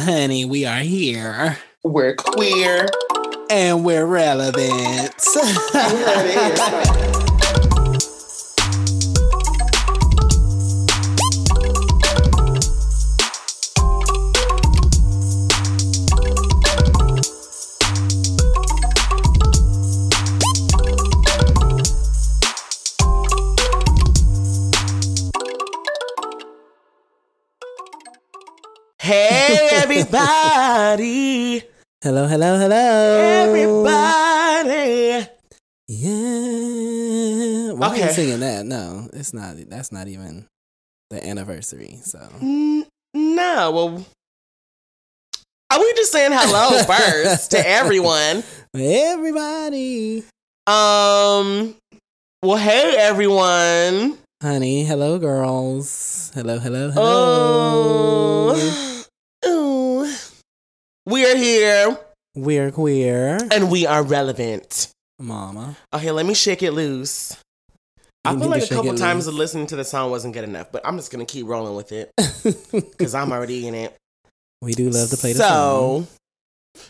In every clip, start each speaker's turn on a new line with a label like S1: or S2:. S1: Honey, we are here
S2: We're queer.
S1: and we're relevant.
S2: hey, everybody.
S1: hello, hello, hello.
S2: Oh. Everybody.
S1: Yeah. Why are you
S2: Okay.
S1: singing that? No, it's not. That's not even the anniversary. So.
S2: N- No, well, are we just saying hello first to everyone?
S1: Everybody.
S2: Um, well, hey, everyone.
S1: Honey, hello, girls. Hello, hello, hello.
S2: Oh, oh. we are here
S1: We're queer.
S2: and we are relevant.
S1: Mama.
S2: Okay, let me shake it loose. I
S1: You need
S2: feel
S1: to
S2: like a
S1: shake
S2: couple
S1: it
S2: times
S1: loose.
S2: of listening to the song wasn't good enough, but I'm just gonna keep rolling with it because I'm already in it.
S1: we do love to play the song.
S2: so,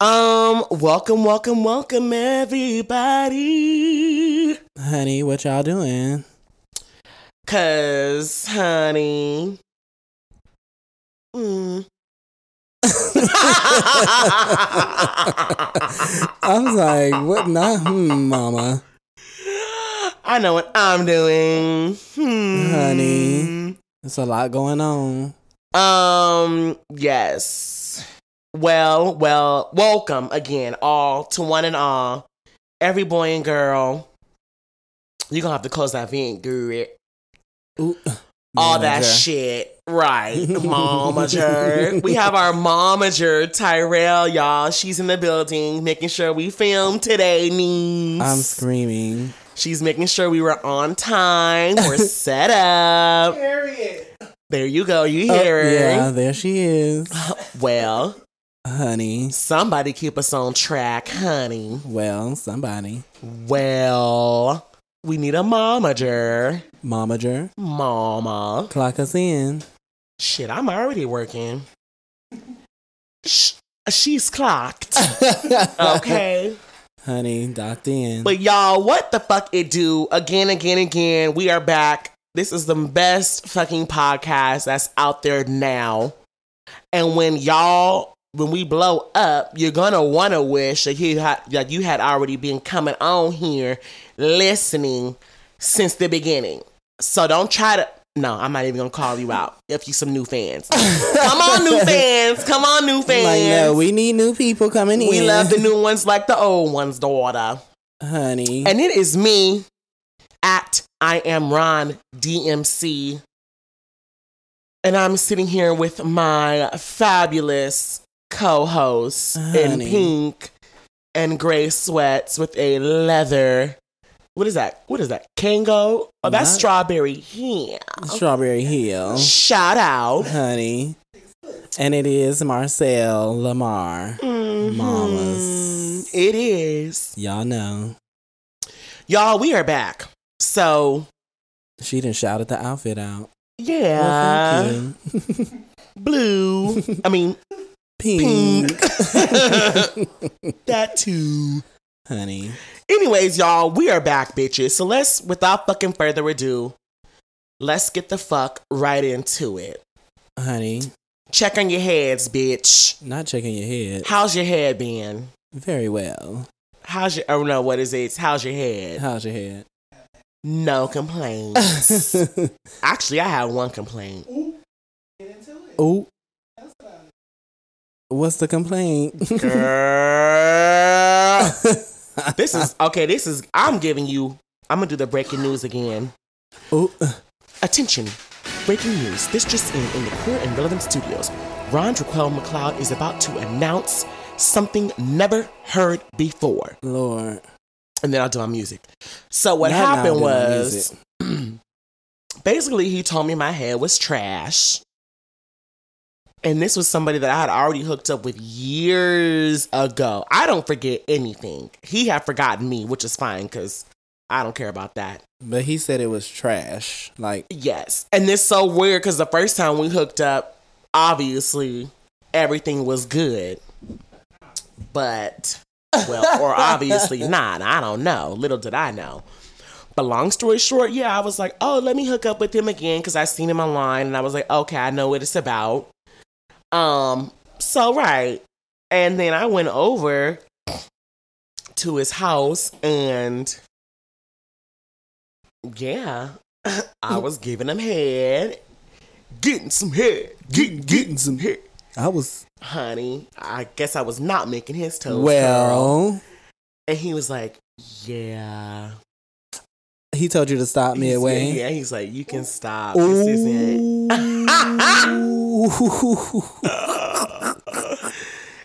S2: um, welcome, welcome, welcome, everybody.
S1: Honey, what y'all doing?
S2: Cause, honey,
S1: Hmm.
S2: mm. hmm.
S1: I was like, what not hmm, mama.
S2: I know what I'm doing, hmm.
S1: Honey. It's a lot going on.
S2: Um, yes. Well, well, welcome again, all to one and all. Every boy and girl. You're gonna have to close that vent, guru.
S1: Ooh,
S2: All that
S1: manager.
S2: shit. Right. Momager. we have our momager, Tyrell, y'all. She's in the building making sure we filmed today, niece.
S1: I'm screaming.
S2: She's making sure we were on time. We're set up.
S3: Period.
S2: There you go. You
S1: Oh,
S2: hear her.
S1: yeah, there she is.
S2: Well,
S1: Honey.
S2: Somebody keep us on track, honey.
S1: Well, somebody.
S2: Well, we need a momager.
S1: Momager.
S2: Mama.
S1: Clock us in.
S2: Shit, I'm already working. Sh- she's clocked. Okay.
S1: Honey, docked in.
S2: But y'all, what the fuck it do? Again, again, again, we are back. This is the best fucking podcast that's out there now. And when y'all, when we blow up, you're gonna wanna wish that you had that you had already been coming on here listening since the beginning. So don't try to no, I'm not even gonna call you out if you some new fans. Come on, new fans. Come on, new fans.
S1: Like, no, we need new people coming in.
S2: we love the new ones like the old ones, daughter.
S1: Honey.
S2: And it is me at I am Ron DMC. And I'm sitting here with my fabulous co host in
S1: Honey.
S2: pink and gray sweats with a leather. What is that? What is that? Kango? Oh, that's
S1: Not-
S2: strawberry. Yeah.
S1: Strawberry Hill.
S2: Shout out.
S1: Honey. And it is Marcel Lamar. Mamas.
S2: Mhm. Mm-hmm. It is.
S1: Y'all know.
S2: Y'all, we are back. So,
S1: She done shouted the outfit out.
S2: yeah.
S1: Well, thank you.
S2: Blue. I mean,
S1: Pink.
S2: that too.
S1: Honey.
S2: Anyways, y'all, we are back, bitches. So let's, without fucking further ado, let's get the fuck right into it.
S1: Honey.
S2: Check on your heads, bitch.
S1: Not checking your head.
S2: How's your head been?
S1: Very well.
S2: How's your? Oh no, what is it? It's How's your head?
S1: How's your head?
S2: No complaints. Actually, I have one complaint.
S3: Get into it.
S1: oh,
S3: That's what I-
S1: what's the complaint?
S2: Girl,
S1: this
S2: this is okay. This is. I'm giving you. I'm gonna do the breaking news again.
S1: Ooh,
S2: Attention! Breaking news. This just in in the Queer and Relevant Studios. Ron Draquel McLeod is about to announce something never heard before.
S1: Lord.
S2: And then I'll do my music. So what
S1: Now, now I'm
S2: happened
S1: doing my
S2: was
S1: music.
S2: basically he told me my hair was trash. And this was somebody that I had already hooked up with years ago. I don't forget anything. He had forgotten me, which is fine because I don't care about that.
S1: But he said it was trash. Like,
S2: Yes. And it's so weird because the first time we hooked up, obviously, everything was good. But well, or obviously not. I don't know. Little did I know. But long story short, yeah, I was like, oh, let me hook up with him again because I seen him online and I was like, okay, I know what it's about. Um, so right. And then I went over to his house and yeah, I was giving him head. Getting some head. Getting getting some head.
S1: I was
S2: Honey, I guess I was not making his toes. curl.
S1: well.
S2: And he was like, Yeah.
S1: He told you to stop
S2: He's-
S1: midway.
S2: Yeah, he's like, You can stop. This isn't.
S1: Ooh.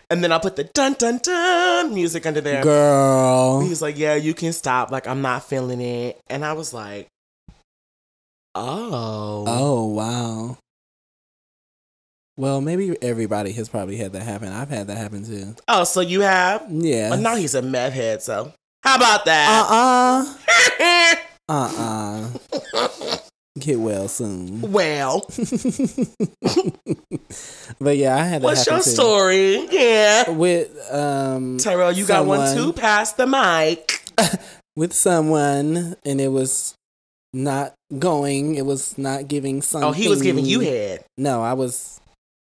S2: And then I put the dun dun dun music under there. He
S1: Girl.
S2: was like, Yeah, you can stop. Like, I'm not feeling it. And I was like, Oh.
S1: Oh wow. Well, maybe everybody has probably had that happen. I've had that happen too.
S2: Oh, so you have?
S1: Yeah.
S2: But now he's a meth head, so. How about that?
S1: Uh uh. Uh uh. Get well soon.
S2: well,
S1: but yeah, I had that
S2: what's
S1: happen
S2: your
S1: too.
S2: story? Yeah.
S1: With um
S2: Tyrell, you got one
S1: Someone-
S2: too. Pass the mic.
S1: with someone and it was not going. It was not giving something.
S2: Oh, he was giving you head.
S1: No, I was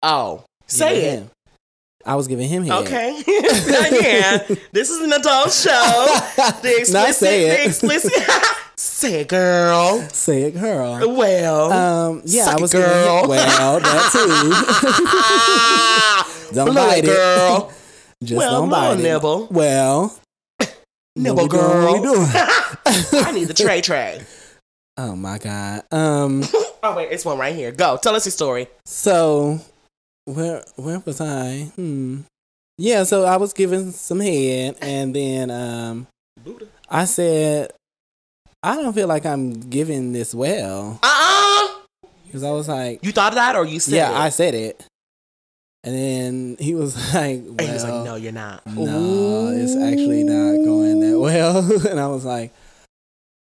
S2: Oh,
S1: giving
S2: say it.
S1: him. I was giving him head.
S2: Okay. yeah. This is an adult show. Oh, The explicit.
S1: Not say
S2: The
S1: it.
S2: explicit. say it, girl.
S1: Say it, girl.
S2: Well.
S1: Um, yeah,
S2: Oh, Suck
S1: I
S2: it,
S1: was giving him-
S2: girl.
S1: well, that too. don't
S2: Blow
S1: bite it.
S2: girl.
S1: Just
S2: well,
S1: don't
S2: no,
S1: bite it.
S2: nibble.
S1: Well,
S2: Nibble,
S1: what we doing,
S2: girl.
S1: what we doing?
S2: I need the tray tray.
S1: oh my god. Um,
S2: Oh, wait. It's one right here. Go. Tell us your story.
S1: so where where was I? Hmm. Yeah, so I was given some head, and then um,
S2: Buddha.
S1: I said, I don't feel like I'm giving this well,
S2: Uh-uh.
S1: because I was like,
S2: You thought of that or you said
S1: yeah,
S2: it?
S1: I said it, and then he was like, well,
S2: and he was like, no, you're not.
S1: No, it's actually not going that well. and I was like,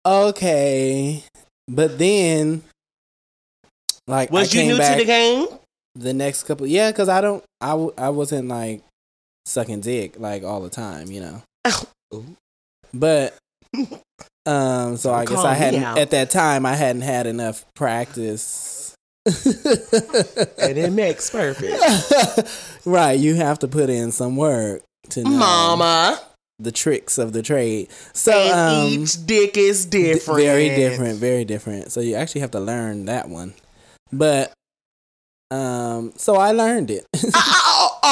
S1: okay. But then, like, I
S2: Was you
S1: came
S2: new
S1: back
S2: to the game?
S1: the-, next couple, yeah, because I don't, I, w- I wasn't like sucking dick like all the time, you know.
S2: Ooh.
S1: But, um, so I
S2: Don't
S1: guess
S2: call
S1: I
S2: me
S1: hadn't,
S2: out.
S1: at that time, I hadn't had enough practice.
S2: And it makes perfect.
S1: right, you have to put in some work to know
S2: Mama.
S1: the tricks of the trade. So
S2: and
S1: um,
S2: each dick is
S1: di-
S2: different.
S1: very different, very different. So you actually have to learn that one. But um, so I learned it
S2: Ah, ah,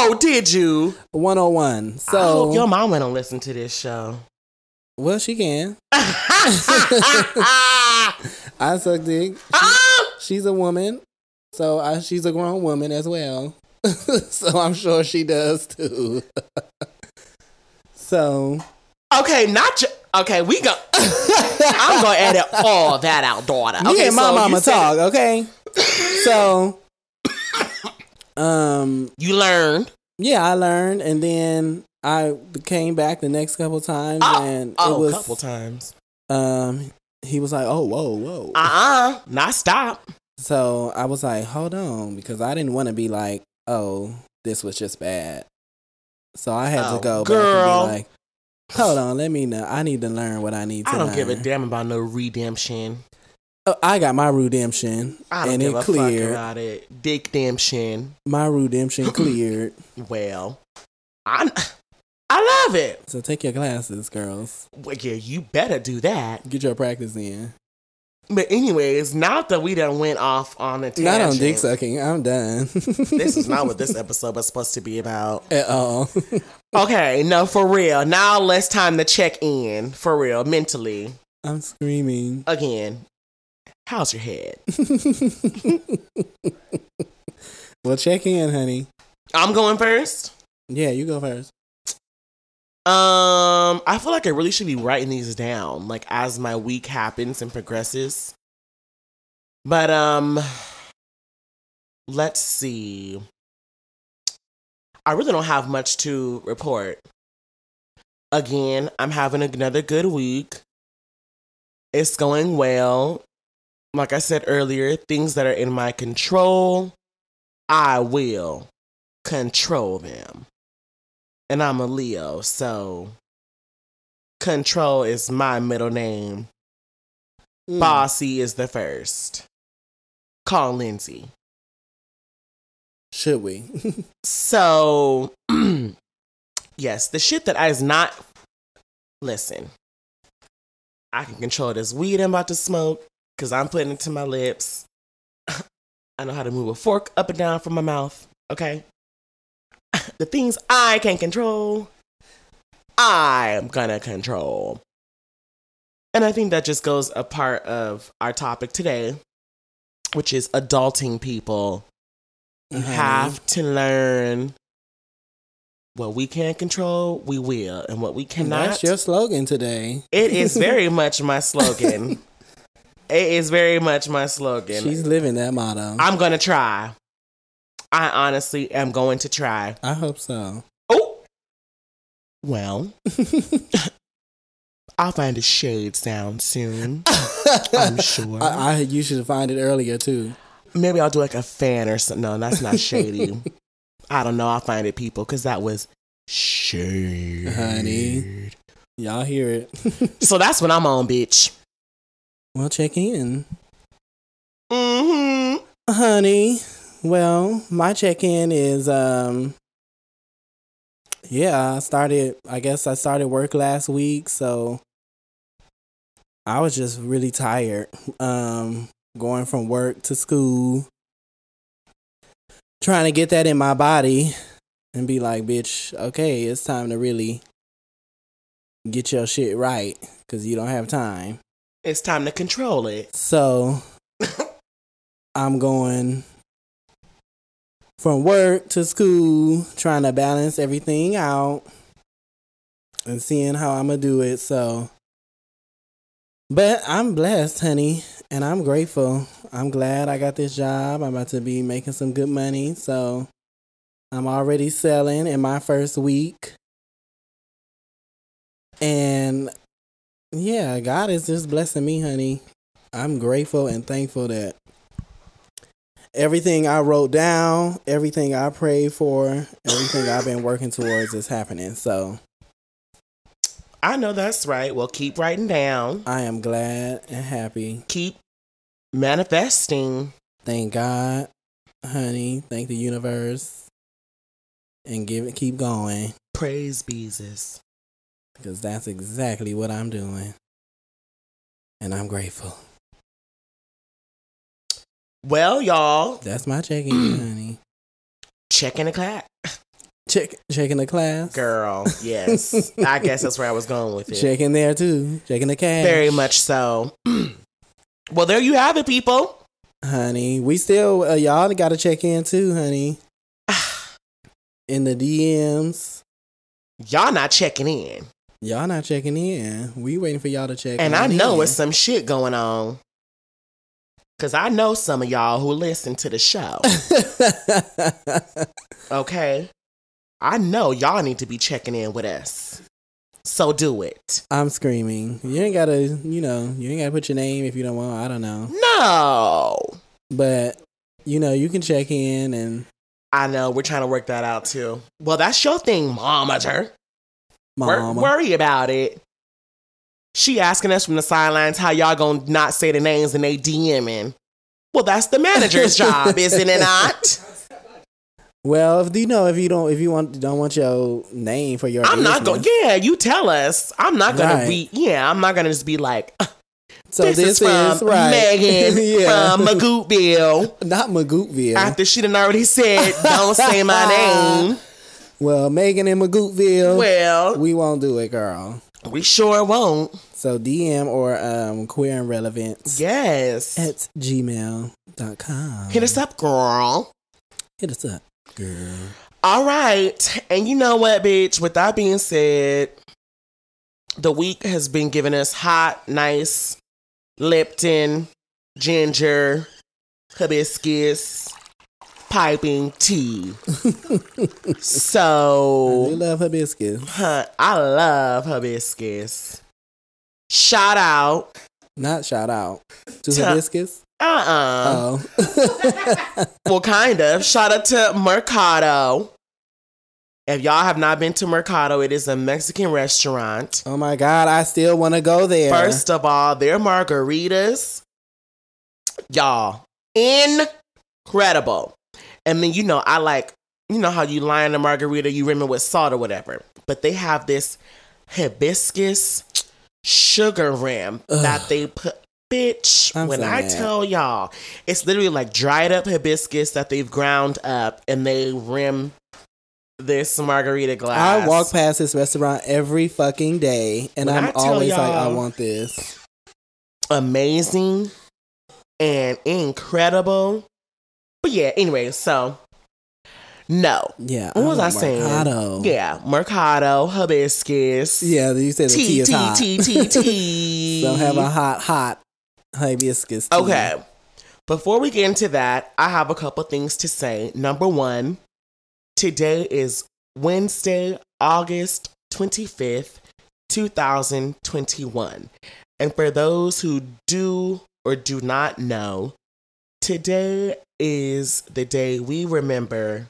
S2: oh, oh, did you?
S1: 101.
S2: So I hope your
S1: So
S2: mama don't listen to this show. Uh,
S1: well, she can.
S2: Ah,
S1: I suck dick. She's a woman, so I, she's a grown woman as well. so I'm sure she does too. so
S2: okay, not your. Okay, we go. I'm gonna edit all that out, daughter.
S1: me
S2: Okay,
S1: and my
S2: so
S1: mama
S2: you said
S1: talk, okay? so um
S2: You learned.
S1: yeah, I learned, and then I came back the next couple times,
S2: Oh,
S1: and
S2: oh,
S1: it was
S2: a couple times.
S1: um he was like, "Oh, whoa, whoa,"
S2: Uh uh Not stop.
S1: so I was like, "Hold on," because I didn't want to be like, "Oh, this was just bad," so I had
S2: Oh,
S1: to go
S2: girl.
S1: back and be like, "Hold on, let me know. I need to learn what I need to."
S2: I don't give a
S1: learn."
S2: damn about no redemption.
S1: Oh, I got my redemption,
S2: I don't
S1: and
S2: give
S1: it
S2: a fuck
S1: cleared.
S2: about it. Dick redemption.
S1: My redemption cleared.
S2: Well, I I love it.
S1: So take your classes, girls.
S2: Well, yeah, you better do that.
S1: Get your practice in.
S2: But anyways, now that we done went off on a tangent,
S1: Not on dick sucking. I'm done.
S2: this is not what this episode was supposed to be about.
S1: at all.
S2: Okay, no, for real. Now less time to check in, for real, mentally.
S1: I'm screaming.
S2: Again, how's your head?
S1: well, check in, honey.
S2: I'm going first.
S1: Yeah, you go first.
S2: Um, I feel like I really should be writing these down, like as my week happens and progresses. But um, let's see. I really don't have much to report. Again, I'm having another good week. It's going well. Like I said earlier, things that are in my control, I will control them. And I'm a Leo, so control is my middle name.
S1: Mm.
S2: Bossy is the first. Call Lindsay.
S1: Should we?
S2: So, yes, the shit that I is not. Listen, I can control this weed I'm about to smoke because I'm putting it to my lips. I know how to move a fork up and down from my mouth. Okay. the things I can control, I am gonna control. And I think that just goes a part of our topic today, which is adulting people you
S1: Mm-hmm. Uh-huh.
S2: have to learn what we can control, we will, and what we cannot.
S1: That's your slogan today.
S2: it is very much my slogan. it is very much my slogan.
S1: She's living that motto. I,
S2: I'm gonna try. I honestly am going to try.
S1: hope so.
S2: Oh, well, I'll find a shade sound soon. I'm sure.
S1: I, I you should have found it earlier too.
S2: Maybe I'll do like a fan or something. No, that's not shady. I don't know. I'll find it, people, because that was shade.
S1: Honey. Y'all hear it.
S2: So that's what I'm on, bitch.
S1: well, check in.
S2: Mm-hmm.
S1: Honey, well, my check in is um yeah, I started I guess I started work last week, so I was just really tired. Um going from work to school trying to get that in my body and be like, bitch, okay, it's time to really get your shit right cuz you don't have time.
S2: It's time to control it.
S1: So I'm going from work to school, trying to balance everything out and seeing how I'm going to do it. So, but I'm blessed, honey, and I'm grateful. I'm glad I got this job. I'm about to be making some good money. So, I'm already selling in my first week. And yeah, God is just blessing me, honey. I'm grateful and thankful that everything I wrote down, everything I prayed for, everything I've been working towards is happening. So
S2: I know that's right. Well, keep writing down.
S1: I am glad and happy.
S2: Keep manifesting.
S1: Thank God, honey. Thank the universe. And give it, keep going.
S2: Praise Jesus.
S1: Because that's exactly what I'm doing. And I'm grateful.
S2: Well, y'all,
S1: That's my check in, honey.
S2: check in the clap.
S1: Check, checking the class.
S2: Girl, yes. I guess that's where I was going with it.
S1: Checking there too. Checking the cash.
S2: Very much so. well, there you have it, people.
S1: honey. We still uh, y'all got to check in too, honey. In the DMs,
S2: Y'all not checking in.
S1: y'all not checking in. We waiting for y'all to check.
S2: And I
S1: on
S2: know
S1: in.
S2: it's some shit going on. Because I know some of y'all who listen to the show. Okay. I know y'all need to be checking in with us. So do it.
S1: I'm screaming. You ain't gotta, you know, you ain't gotta put your name if you don't want. I don't know,
S2: No.
S1: but you know, you can check in and
S2: I know we're trying to work that out too. Well, that's your thing, momager. Wor-
S1: mama.
S2: worry about it. She asking us from the sidelines how y'all gonna not say the names and they DMing. Well, that's the manager's job, isn't it not?
S1: Well, if you know, if you don't, if you want, don't want your name for your.
S2: I'm not
S1: business.
S2: gonna. Yeah, you tell us. I'm not gonna
S1: Right.
S2: be. Yeah, I'm not gonna just be like.
S1: So
S2: this, is from
S1: right.
S2: Megan
S1: yeah,
S2: from Magootville.
S1: not Magootville.
S2: after she done already said, "Don't say my name."
S1: well, Megan and Magootville.
S2: Well,
S1: We won't do it, girl.
S2: we sure won't.
S1: So DM or um, queer and relevant
S2: Yes,
S1: at gmail.com.
S2: hit us up, girl.
S1: Hit us up. Girl.
S2: All right, and you know what, bitch? With that being said, the week has been giving us hot, nice Lipton, ginger, hibiscus, piping tea.
S1: We
S2: so,
S1: love hibiscus.
S2: huh, I love hibiscus. Shout out
S1: Not shout out to
S2: Ta-
S1: hibiscus.
S2: Uh uh
S1: Oh.
S2: Well, kind of. Shout out to Mercado. If y'all have not been to Mercado, it is a Mexican restaurant.
S1: Oh my God, I still want to go there.
S2: First of all, their margaritas, y'all, incredible. And then, you know, I like, you know how you line a margarita, you rim it with salt or whatever. But they have this hibiscus sugar rim
S1: Ugh.
S2: that they put. Bitch,
S1: I'm
S2: when
S1: so
S2: I
S1: mad.
S2: tell y'all, it's literally like dried up hibiscus that they've ground up and they rim this margarita glass.
S1: I walk past this restaurant every fucking day, and
S2: When I
S1: I'm
S2: tell
S1: always like, I
S2: y'all-
S1: want this.
S2: amazing and incredible. But yeah, anyway, so no.
S1: Yeah. oh
S2: What was
S1: want
S2: I saying?
S1: Mercado.
S2: Yeah, Mercado, hibiscus.
S1: Yeah, you said the tea,
S2: T
S1: is
S2: T
S1: hot.
S2: T T T.
S1: So have a hot, hot hibiscus. tea.
S2: Okay. Before we get into that, I have a couple things to say. Number one, today is Wednesday, August 25th, 2021. And for those who do or do not know, today is the day we remember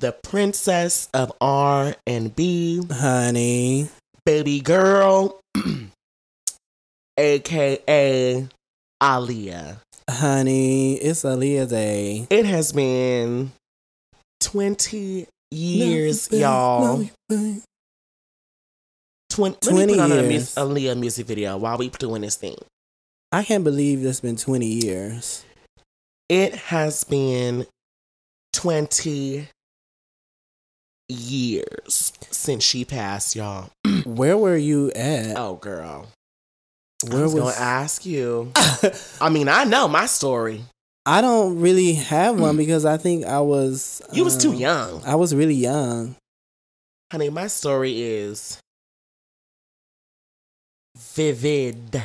S2: the princess of R&B,
S1: Honey.
S2: baby girl, aka Aaliyah.
S1: Honey. It's Aaliyah Day.
S2: It has been 20 years, y'all. 20, let
S1: 20
S2: me put on a,
S1: years.
S2: mus- a Leah music video while we doing this thing.
S1: I can't believe it's been 20 years.
S2: It has been 20 years since she passed, y'all.
S1: Where were you at?
S2: Oh, girl.
S1: Where
S2: I was, going to ask you.
S1: I?
S2: I mean, I know my story.
S1: don't really have one because I think I was.
S2: Mm. You was too
S1: um,
S2: young.
S1: I was really young.
S2: Uh, Honey, my story is vivid,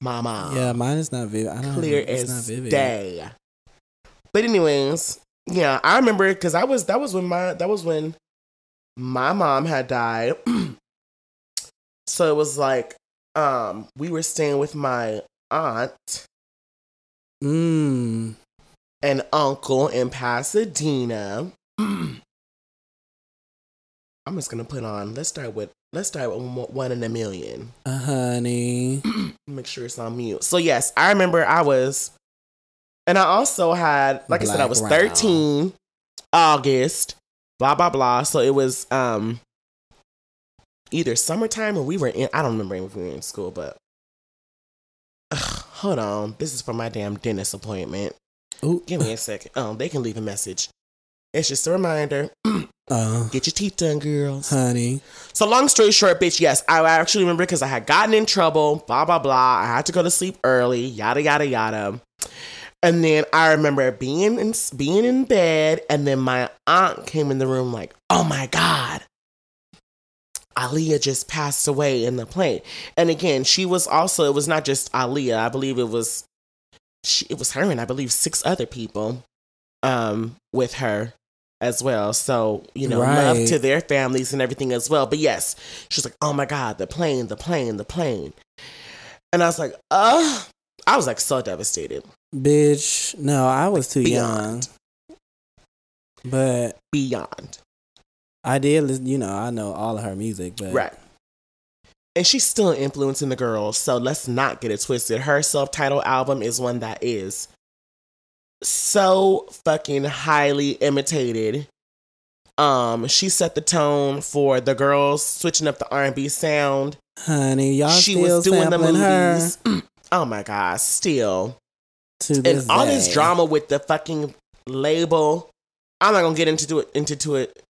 S2: mama.
S1: yeah, mine is not vivid. I don't
S2: clear
S1: it's
S2: as
S1: not vivid.
S2: day. But anyways, yeah, I remember because I was that was when my that was when my mom had died. so it was like um we were staying with my aunt
S1: Mm.
S2: and uncle in Pasadena. I'm just gonna put on. Let's start with let's start with one- one in a million.
S1: Uh, honey.
S2: make sure it's on mute. So yes, I remember I was, and I also had, like I said, I
S1: Black
S2: was
S1: round.
S2: thirteen, August, blah blah blah. So it was um, either summertime or we were in. I don't remember if we were in school, but Ugh, hold on, this is for my damn dentist appointment.
S1: Ooh.
S2: Give me a second. Um, they can leave a message. It's just a reminder.
S1: Uh,
S2: Get your teeth done, girls.
S1: honey.
S2: So long story short, bitch, yes, I actually remember because I had gotten in trouble, blah blah blah. I had to go to sleep early, yada yada yada. And then I remember being in being in bed, and then my aunt came in the room like, "Oh my god, Aaliyah just passed away in the plane." And again, she was also it was not just Aaliyah. I believe it was she, it was her and I believe six other people um with her as well. So, you know, love
S1: Right.
S2: to their families and everything as well. But yes, she was like, "Oh my god, the plane, the plane, the plane." And I was like, "Uh, I was like so devastated.
S1: Bitch. No, I was too
S2: Beyond.
S1: young. But
S2: Beyond.
S1: I did listen, you know, I know all of her music, but
S2: Right. And she's still influencing the girls, so let's not get it twisted. Her self titled album is one that is so fucking highly imitated. Um, she set the tone for the girls switching up the R and B sound.
S1: honey, y'all
S2: she
S1: still
S2: was doing the
S1: sampling her
S2: movies. oh my god, still.
S1: to this
S2: and all this
S1: day.
S2: drama with the fucking label. I'm not gonna get into do it into to it.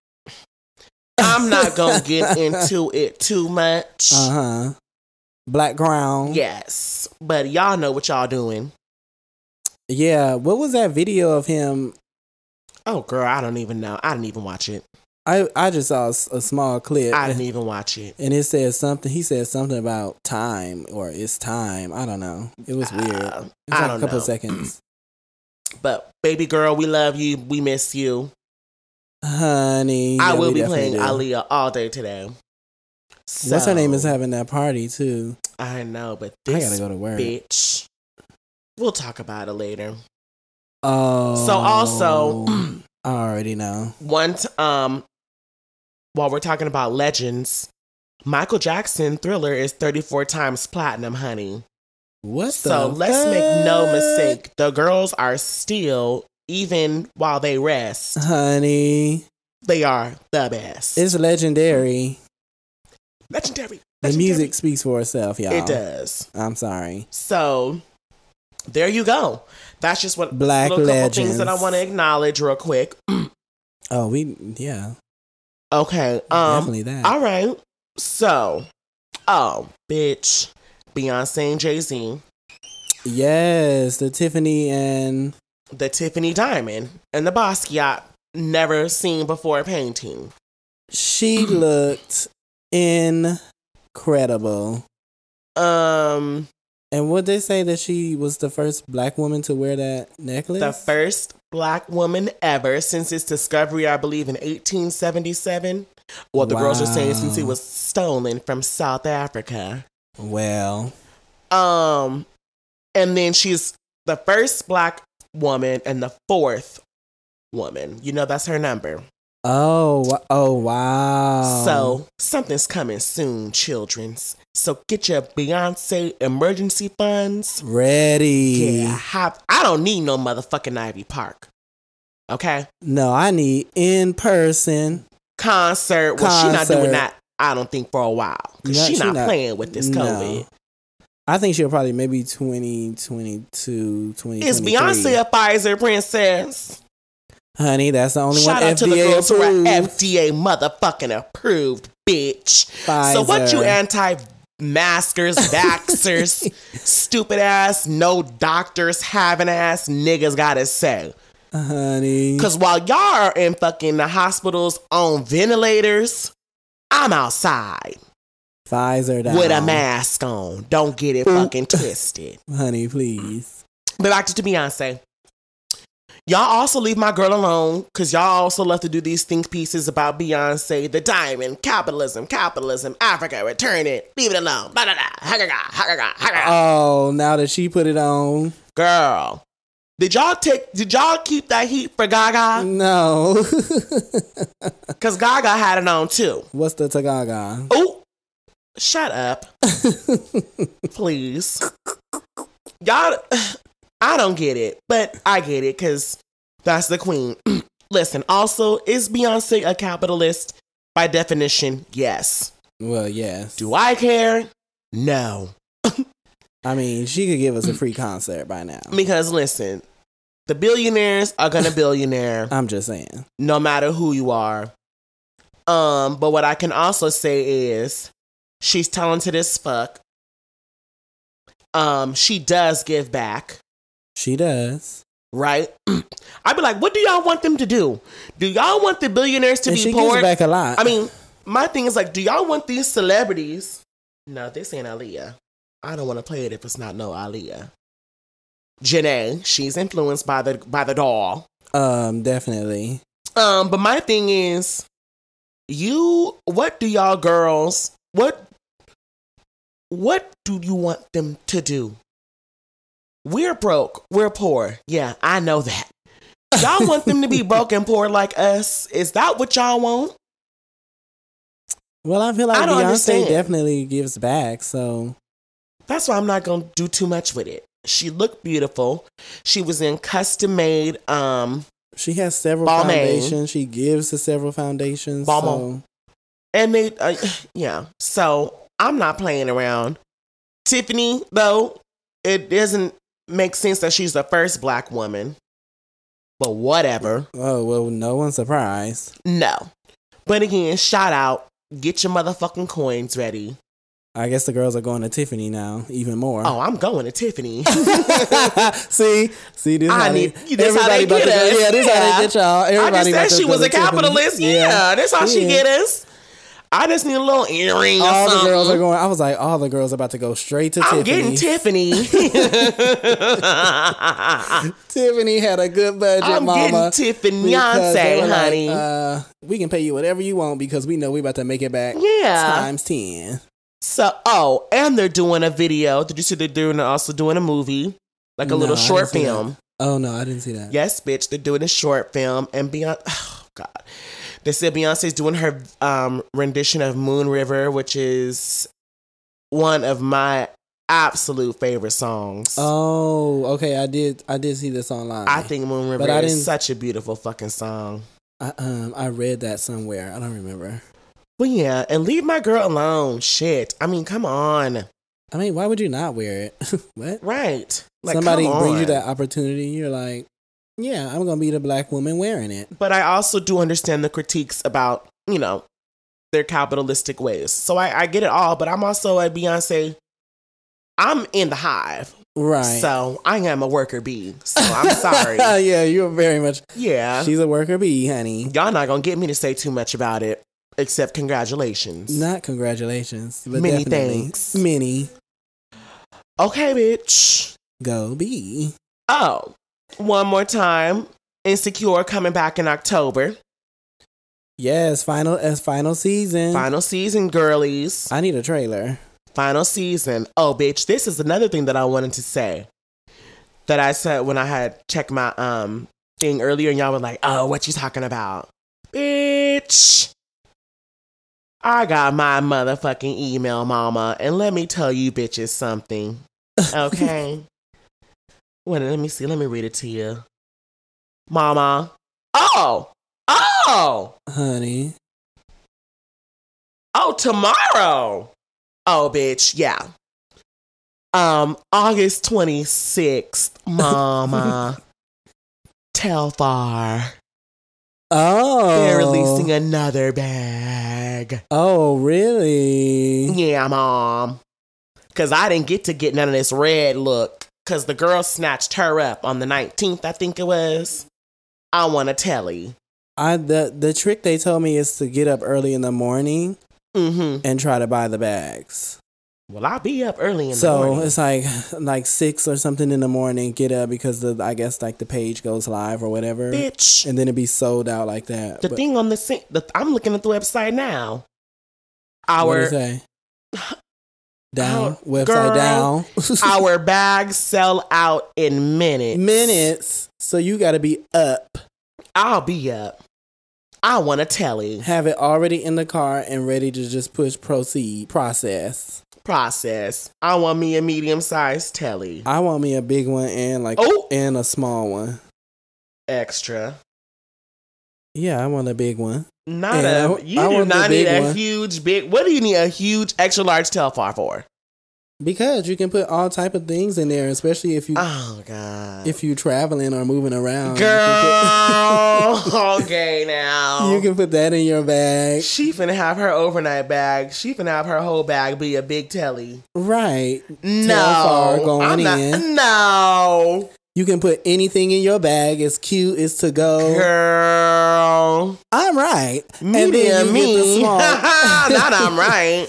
S2: I'm not gonna get into it too much.
S1: Uh huh. Black ground.
S2: Yes, but y'all know what y'all doing.
S1: Yeah. What was that video of him?
S2: Oh girl, I don't even know. I didn't even watch it.
S1: I I just saw a s- a small clip.
S2: I didn't even watch it.
S1: and it says something. He said something about time or it's time. I don't know. It was weird. It
S2: Uh,
S1: was
S2: I
S1: like
S2: don't
S1: a couple
S2: know.
S1: seconds.
S2: But baby girl, we love you. We miss you.
S1: Honey,
S2: I
S1: yeah,
S2: will
S1: we
S2: be
S1: definitely
S2: playing
S1: do.
S2: Aaliyah all day today.
S1: What's her name is
S2: So,
S1: having that party too.
S2: I know, but
S1: I gotta
S2: this
S1: go to work.
S2: bitch. We'll talk about it later.
S1: Oh,
S2: So also,
S1: I already know.
S2: one t- um while we're talking about legends, Michael Jackson Thriller is 34 times platinum, honey.
S1: What?
S2: So
S1: the
S2: let's make no
S1: fuck?
S2: mistake. The girls are still, even while they rest,
S1: honey.
S2: they are the best.
S1: It's legendary.
S2: legendary.
S1: The
S2: legendary.
S1: music speaks for itself, y'all.
S2: It does.
S1: I'm sorry.
S2: So there you go. That's just what
S1: Black
S2: little couple things that I
S1: legends.
S2: want to acknowledge real quick.
S1: Oh, we yeah,
S2: Okay. Um.
S1: definitely that.
S2: All right. So, oh, bitch, Beyonce and Jay Z,
S1: yes, the Tiffany and
S2: the Tiffany Diamond and the Basquiat never seen before painting.
S1: she looked incredible.
S2: Um.
S1: And would they say that she was the first black woman to wear that necklace?
S2: The first black woman ever since its discovery, I believe, in 1877. Well, the girls are saying since it
S1: Wow.
S2: was stolen from South Africa.
S1: well,
S2: Um, and then she's the first black woman and the fourth woman. You know, that's her number.
S1: oh, wa- oh, wow.
S2: So something's coming soon, childrens. So get your Beyonce emergency funds.
S1: ready.
S2: Yeah, hop. I don't need no motherfucking Ivy Park. Okay.
S1: No, I need in person.
S2: concert. Well, she not
S1: Concert.
S2: doing that. I don't think for a while because
S1: No,
S2: she,
S1: she
S2: not,
S1: not.
S2: playing with this
S1: No.
S2: COVID.
S1: I think she'll probably maybe 2022, 2023.
S2: Is Beyonce a Pfizer princess?
S1: Honey, that's the only
S2: Shout
S1: one
S2: out
S1: FDA
S2: to the girls who
S1: approved.
S2: are FDA motherfucking approved, bitch. So what you
S1: Pfizer.
S2: anti-maskers, vaxxers, stupid ass, no doctors having ass niggas gotta say.
S1: Honey.
S2: Cause while y'all are in fucking the hospitals on ventilators, I'm outside
S1: Pfizer down.
S2: with a mask on. Don't get it fucking twisted.
S1: Honey, please.
S2: But back to Beyonce. Y'all also leave my girl alone because y'all also love to do these think pieces about Beyonce, the diamond, capitalism, capitalism, Africa, return it, leave it alone, blah, blah, blah, ha, ga, ga, ha, ga, ga, ha, ga, ga.
S1: Oh, now that she put it on.
S2: Girl, did y'all take, did y'all keep that heat for
S1: Mm.
S2: Gaga?
S1: No.
S2: Because Gaga had it on too.
S1: What's the Tagaga?
S2: Oh, shut up, please. Y'all, I don't get it, but I get it because that's the queen. Listen, also, is Beyonce a capitalist? By definition, yes.
S1: well, yes.
S2: Do I care? No.
S1: I mean, she could give us a free concert by now.
S2: Because listen, the billionaires are gonna billionaire
S1: I'm just saying.
S2: no matter who you are. Um, but what I can also say is she's talented as fuck. Um, she does give back.
S1: She does.
S2: right? I'd be like, what do y'all want them to do? Do y'all want the billionaires to
S1: and
S2: be
S1: she
S2: poor?
S1: gives back a lot.
S2: I mean, my thing is like, do y'all want these celebrities? No, this ain't Aaliyah. I don't want to play it if it's not no Aaliyah. Janae, she's influenced by the by the doll.
S1: um, definitely.
S2: Um, but my thing is, you, what do y'all girls, what, what do you want them to do? We're broke. We're poor. Yeah, I know that. Y'all want them to be broke and poor like us? Is that what y'all want?
S1: Well, I feel like
S2: I don't
S1: Beyonce
S2: understand.
S1: definitely gives back. So
S2: That's why I'm not gonna do too much with it. She looked beautiful. She was in custom made. Um,
S1: she has several
S2: Balmain.
S1: foundations. She gives to several foundations.
S2: Balmain.
S1: So
S2: and they, uh, yeah. So I'm not playing around. Tiffany, though, it doesn't make sense that she's the first black woman, but whatever.
S1: oh well, no one's surprised.
S2: No. But again, shout out. Get your motherfucking coins ready.
S1: I guess the girls are going to Tiffany now, even more.
S2: Oh, I'm going to Tiffany.
S1: see, see, this
S2: I
S1: how
S2: need-
S1: they,
S2: this how they
S1: about
S2: get
S1: to
S2: us.
S1: Go, yeah, this how
S2: Yeah.
S1: they get y'all.
S2: I
S1: Everybody
S2: just
S1: about
S2: said
S1: to
S2: she
S1: go
S2: was
S1: to
S2: a
S1: Tiffany.
S2: capitalist. Yeah, that's how she
S1: Yeah.
S2: get us. I just need a little earring. or
S1: All the girls
S2: something.
S1: are going. I was like, all the girls are about to go straight to
S2: I'm
S1: Tiffany.
S2: getting Tiffany.
S1: Tiffany had a good budget,
S2: I'm
S1: mama.
S2: getting Tiffany,
S1: because they were like,
S2: honey.
S1: uh, we can pay you whatever you want because we know we about to make it back
S2: Yeah.
S1: times ten.
S2: So, oh, and they're doing a video. Did you see they're doing also doing a movie, like a
S1: No,
S2: little
S1: I
S2: short
S1: didn't see that.
S2: film?
S1: Oh no, I didn't see that.
S2: Yes, bitch, they're doing a short film, and beyond. Oh God, They said Beyonce's doing her um, rendition of Moon River, which is one of my absolute favorite songs.
S1: Oh, okay. I did. I did see this online.
S2: I think Moon River
S1: I didn't-
S2: is such a beautiful fucking song.
S1: I, um, I read that somewhere. I don't remember.
S2: But yeah, and leave my girl alone. Shit. I mean, come on.
S1: I mean, why would you not wear it? what?
S2: Right. Like,
S1: Somebody
S2: come
S1: brings you
S2: on.
S1: that opportunity. You're like, yeah, I'm gonna be the black woman wearing it.
S2: But I also do understand the critiques about, you know, their capitalistic ways. So I, I get it all, but I'm also a Beyonce. I'm in the hive.
S1: Right.
S2: So I am a worker bee. So I'm sorry.
S1: yeah, you're very much.
S2: yeah.
S1: She's a worker bee, honey.
S2: Y'all not gonna get me to say too much about it, except congratulations.
S1: Not congratulations, but
S2: Many
S1: definitely
S2: thanks.
S1: Many
S2: Okay, bitch.
S1: go bee.
S2: Oh, one more time. Insecure coming back in October.
S1: Yes, final as final season.
S2: Final season, girlies.
S1: I need a trailer.
S2: Final season. Oh, bitch. This is another thing that I wanted to say. That I said when I had checked my um thing earlier, and y'all were like, "Oh, what you talking about, bitch?" I got my motherfucking email, mama, and let me tell you, bitches, something. Okay. Wait, let me see. Let me read it to you, mama. Oh, oh.
S1: Honey.
S2: Oh, tomorrow. Oh, bitch. Yeah. Um, August 26th, mama. Telfar.
S1: Oh.
S2: They're releasing another bag.
S1: Oh, really?
S2: Yeah, mom. Cause I didn't get to get none of this red look. Cause the girl snatched her up on the 19th, I think it was. I want a telly.
S1: I the the trick they told me is to get up early in the morning
S2: Mm-hmm.
S1: and try to buy the bags.
S2: Well, I'll be up early in the
S1: so
S2: morning.
S1: it's like like six or something in the morning. Get up because the I guess like the page goes live or whatever,
S2: bitch.
S1: and then it be sold out like that.
S2: The
S1: But
S2: thing on the, se- the I'm looking at the website now.
S1: what do you
S2: Our
S1: say? down
S2: How-
S1: website
S2: Girl,
S1: down
S2: our bags sell out in minutes.
S1: minutes. So you got to be up,
S2: I'll be up. I want to tell you
S1: have it already in the car and ready to just push proceed process.
S2: process. I want me a medium sized telly.
S1: I want me a big one and like
S2: Oh,
S1: and a small one.
S2: extra.
S1: Yeah, I want a big one.
S2: Not
S1: Yeah, I
S2: a.
S1: w-
S2: You
S1: I
S2: do
S1: want the
S2: not need
S1: big
S2: a
S1: one.
S2: huge big. What do you need a huge extra large Telfar for?
S1: Because you can put all type of things in there, especially if you
S2: Oh God,
S1: if you traveling or moving around. you can put-
S2: girl. okay now.
S1: you can put that in your bag,
S2: she finna have her overnight bag. She finna have her whole bag be a big telly.
S1: right? Telfar
S2: No,
S1: going
S2: I'm not.
S1: in.
S2: No,
S1: You can put anything in your bag. It's cute. It's to go.
S2: girl.
S1: I'm right.
S2: Medium
S1: Oh. then you get the
S2: me.
S1: small-
S2: Not I'm right.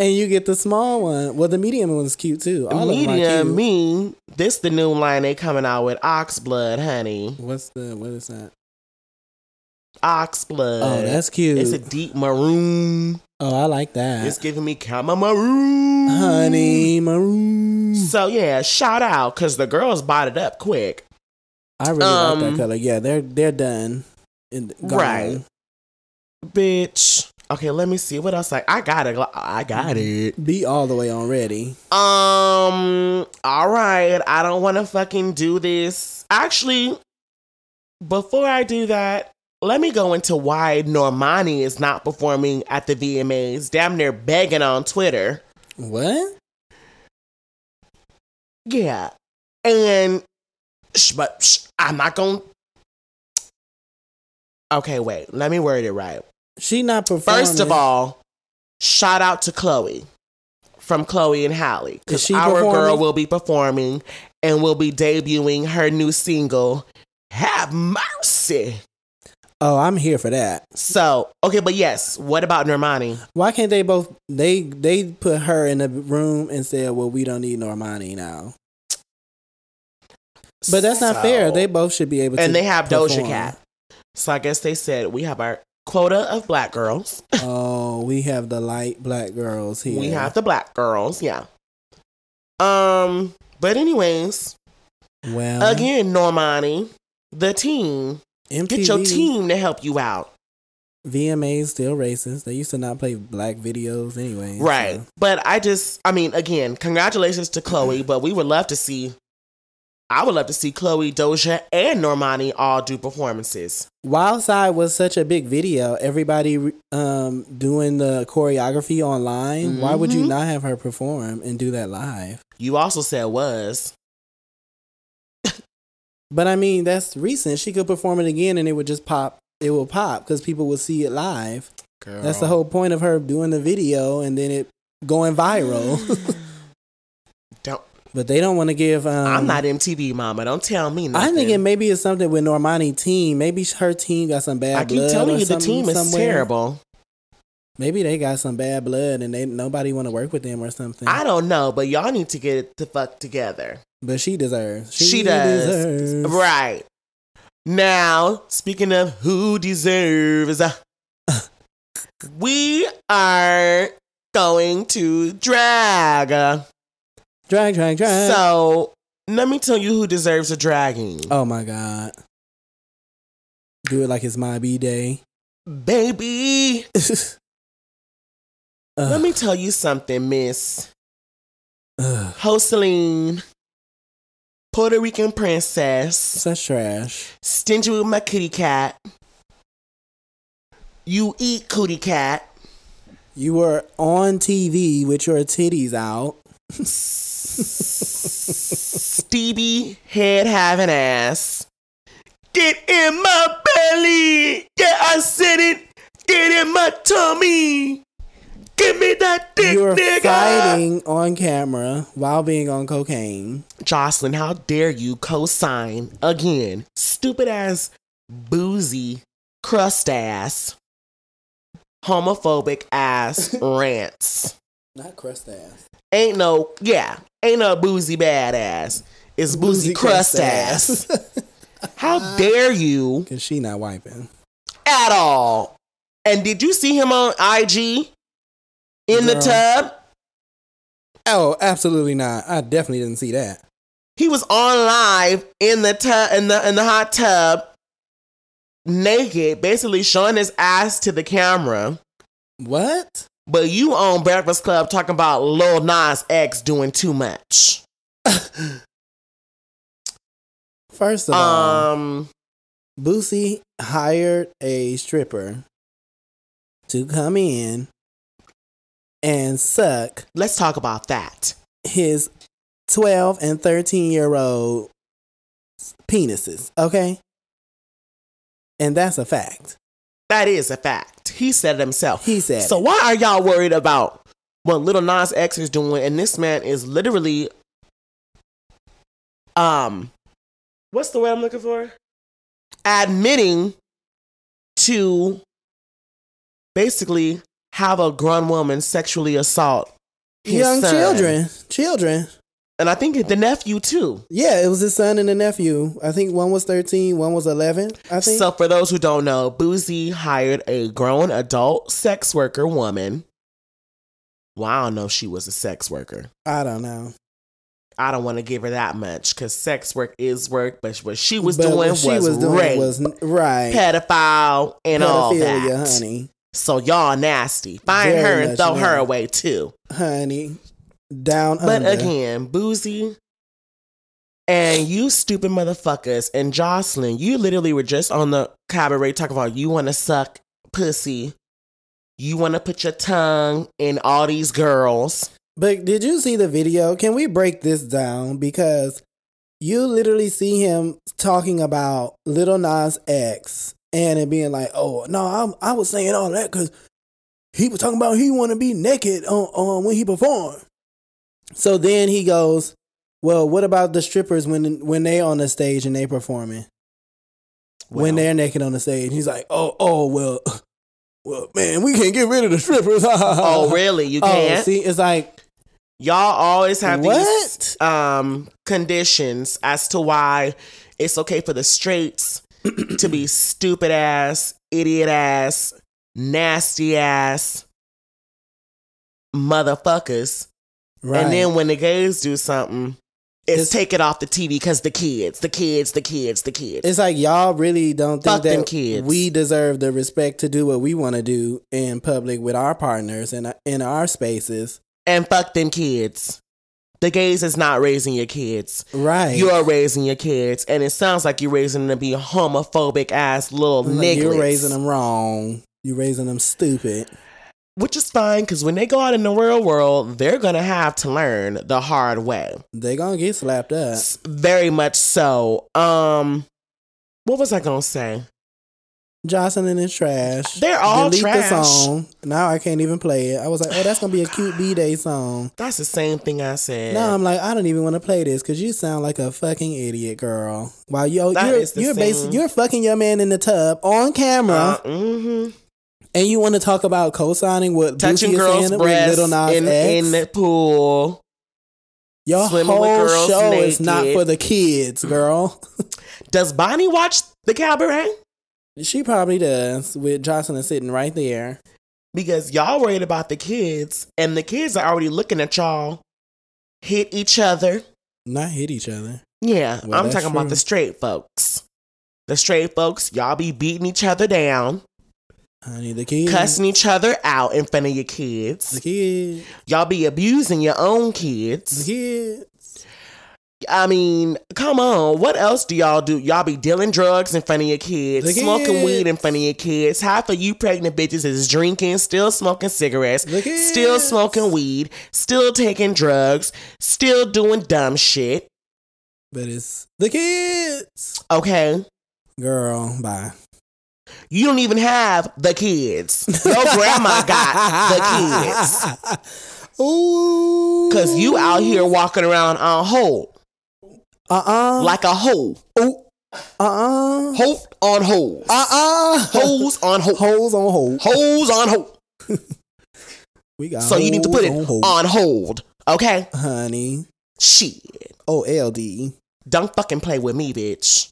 S1: And you get the small one. Well, the medium one's cute too. All of them are
S2: Medium
S1: cute.
S2: me. This the new line they coming out with ox blood, honey.
S1: What's the what is that?
S2: Ox blood.
S1: oh, that's cute.
S2: Uh, It's a deep maroon.
S1: oh, I like that,
S2: It's giving me comma maroon,
S1: honey maroon.
S2: So yeah, shout out because the girls bought it up quick.
S1: I really like
S2: um,
S1: that color. Yeah, they're they're done. And gone.
S2: Right. bitch. Okay, let me see what else. Like I got it. I got it.
S1: Be all the way on ready.
S2: Um. All right. I don't want to fucking do this. Actually, before I do that, let me go into why Normani is not performing at the VMAs. Damn near begging on Twitter.
S1: What?
S2: Yeah. And sh- but sh- I'm not gonna. Okay, wait. Let me word it right.
S1: She not performing.
S2: First of all, shout out to Chloe from Chloe and Hallie
S1: Is
S2: because
S1: she
S2: our girl
S1: performing?
S2: will be performing and will be debuting her new single. Have mercy.
S1: oh, I'm here for that.
S2: So okay, but yes. What about Normani?
S1: Why can't they both? They they put her in the room and said, "Well, we don't need Normani now." But that's not
S2: So-
S1: fair. They both should be able to.
S2: and they have Doja
S1: perform.
S2: Cat. So I guess they said we have our quota of black girls.
S1: Oh, we have the light black girls here.
S2: We have the black girls. Yeah. Um. But anyways,
S1: well
S2: again, Normani, the team.
S1: MTV,
S2: Get your team to help you out.
S1: VMAs still racist. They used to not play black videos anyway.
S2: Right.
S1: so-
S2: But I just, I mean, again, congratulations to Chloe, but we would love to see, I would love to see Chloe, Doja, and Normani all do performances.
S1: Wildside was such a big video. Everybody um, doing the choreography online. Why would you
S2: Mhm.
S1: not have her perform and do that live?
S2: You also said was.
S1: But I mean, that's recent. She could perform it again and it would just pop. It will pop because people will see it live.
S2: Girl.
S1: That's the whole point of her doing the video and then it going viral.
S2: Don't,
S1: but they don't want to give. Um,
S2: I'm not MTV mama. Don't tell me
S1: I
S2: nothing.
S1: think it maybe it's something with Normani team. Maybe her team got some bad.
S2: I keep
S1: blood
S2: telling
S1: or
S2: you the
S1: something
S2: team is
S1: somewhere.
S2: terrible.
S1: Maybe they got some bad blood and they nobody want to work with them or something.
S2: I don't know, but y'all need to get the fuck together.
S1: But she deserves.
S2: She, does.
S1: deserves.
S2: Right. Now, speaking of who deserves, uh, we are going to drag.
S1: Drag, drag, drag.
S2: So, let me tell you who deserves a dragging.
S1: oh my god. Do it like it's my b day.
S2: Baby, let me tell you something, Miss Joseline, Puerto Rican princess,
S1: Such trash.
S2: stingy with my kitty cat. You eat cootie cat.
S1: You were on TV with your titties out.
S2: Stevie head having ass. Get in my belly. Yeah, I said it. Get in my tummy. Give me that dick,
S1: you were
S2: nigga.
S1: fighting on camera while being on cocaine.
S2: Jocelyn, how dare you co-sign again? Stupid ass, boozy, crust ass, homophobic ass rants.
S1: Not crust ass.
S2: Ain't no, yeah, ain't no boozy badass. It's boozy, crust, ass. How dare you
S1: Cause she not wiping.
S2: at all? And did you see him on IG in the
S1: Girl.
S2: tub?
S1: Oh, absolutely not. I definitely didn't see that.
S2: He was on live in the tub in the in the hot tub, naked, basically showing his ass to the camera.
S1: What?
S2: But you on Breakfast Club talking about Lil Nas X doing too much.
S1: First of all,
S2: Um,
S1: Boosie hired a stripper to come in and suck
S2: let's talk about that.
S1: his 12 and 13 year old penises, okay? And that's a fact.
S2: That is a fact. He said it himself.
S1: He said.
S2: So
S1: it.
S2: why are y'all worried about what Little Nas X is doing? And this man is literally, um, what's the word I'm looking for? Admitting to basically have a grown woman sexually assault his
S1: young
S2: son.
S1: children, children.
S2: and I think the nephew too.
S1: Yeah, it was his son and the nephew. I think one was 13, one was 11, I think.
S2: So, for those who don't know, Boozy hired a grown adult sex worker woman. Well, I don't know if she was a sex worker.
S1: I don't know.
S2: I don't want to give her that much because sex work is work, but what she was
S1: But
S2: doing
S1: what she
S2: was,
S1: was doing
S2: rape,
S1: was n- right.
S2: pedophile, and all
S1: pedophilia,
S2: that.
S1: honey.
S2: So y'all nasty. Find
S1: Very
S2: her and
S1: much
S2: throw her
S1: now.
S2: away too.
S1: Honey. Down
S2: But
S1: under.
S2: again, Boozy and you stupid motherfuckers and Jocelyn, you literally were just on the cabaret talking about you want to suck pussy, you want to put your tongue in all these girls.
S1: But did you see the video? Can we break this down? Because you literally see him talking about Little Nas X and it being like, oh, no, I'm, I was saying all that because he was talking about he want to be naked on, on when he performed. So then he goes, well, what about the strippers when when they on the stage and they performing? when
S2: Well,
S1: they're naked on the stage. He's like, oh, oh, well, well, man, we can't get rid of the strippers.
S2: oh really? You
S1: Oh,
S2: can't.
S1: see, it's like
S2: Y'all always have
S1: What?
S2: these um conditions as to why it's okay for the straights to be stupid ass, idiot ass, nasty ass motherfuckers.
S1: right.
S2: And then when the gays do something, It's,
S1: It's-
S2: take it off the TV because the kids, the kids, the kids, the kids.
S1: It's like y'all really don't think
S2: Fuck them
S1: that
S2: kids.
S1: we deserve the respect to do what we want to do in public with our partners and in our spaces.
S2: and fuck them kids. The gays is not raising your kids.
S1: Right.
S2: You are raising your kids, and it sounds like you're raising them to be homophobic ass little
S1: Like,
S2: niggas.
S1: You're raising them wrong. You're raising them stupid.
S2: which is fine because when they go out in the real world, they're gonna have to learn the hard way.
S1: They gonna get slapped up.
S2: S- Very much so. Um, what was I gonna say?
S1: Jocelyn is trash.
S2: They're all
S1: Delete
S2: trash.
S1: the song. Now I can't even play it. I was like, oh, that's gonna be a cute B Day song.
S2: That's the same thing I said.
S1: Now I'm like, I don't even want to play this because you sound like a fucking idiot, girl. While yo,
S2: That
S1: you're
S2: is the
S1: you're
S2: same.
S1: basically you're fucking your man in the tub on camera,
S2: Uh, mhm.
S1: and you want to talk about co-signing what
S2: touching
S1: Boosie is
S2: girls'
S1: saying with
S2: breasts
S1: Little Nas
S2: in,
S1: X.
S2: in the pool.
S1: Your
S2: swimming with
S1: whole
S2: girls
S1: show is not
S2: naked.
S1: for the kids, girl.
S2: Does Bonnie watch the cabaret?
S1: she probably does with Jocelyn sitting right there.
S2: Because y'all worried about the kids, and the kids are already looking at y'all hit each other.
S1: Not hit each other.
S2: Yeah,
S1: Well,
S2: I'm
S1: that's
S2: talking about
S1: true.
S2: the straight folks. The straight folks, y'all be beating each other down,
S1: Honey, the kids.
S2: cussing each other out in front of your
S1: The
S2: kids.
S1: kids.
S2: Y'all be abusing your own
S1: The
S2: kids.
S1: kids.
S2: I mean, come on, what else do y'all do? Y'all be dealing drugs in front of your kids,
S1: The
S2: smoking weed in
S1: kids.
S2: front of your kids. Half of you pregnant bitches is drinking, still smoking cigarettes,
S1: The kids.
S2: still smoking weed, still taking drugs, still doing dumb shit.
S1: But it's the kids.
S2: Okay.
S1: Girl, bye.
S2: You don't even have the kids. Your Oh, grandma got the kids.
S1: kids. Ooh.
S2: Cause you out here walking around on hold.
S1: Uh-uh.
S2: Like a hoe.
S1: ooh. Uh-uh.
S2: Hoe on hold.
S1: Uh-uh.
S2: Hoes on hold.
S1: Holes on hold.
S2: Hoes on hold.
S1: We got
S2: So you need to put it
S1: hoes on hold.
S2: on hold. Okay?
S1: Honey.
S2: Shit.
S1: OLD.
S2: Don't fucking play with me, bitch.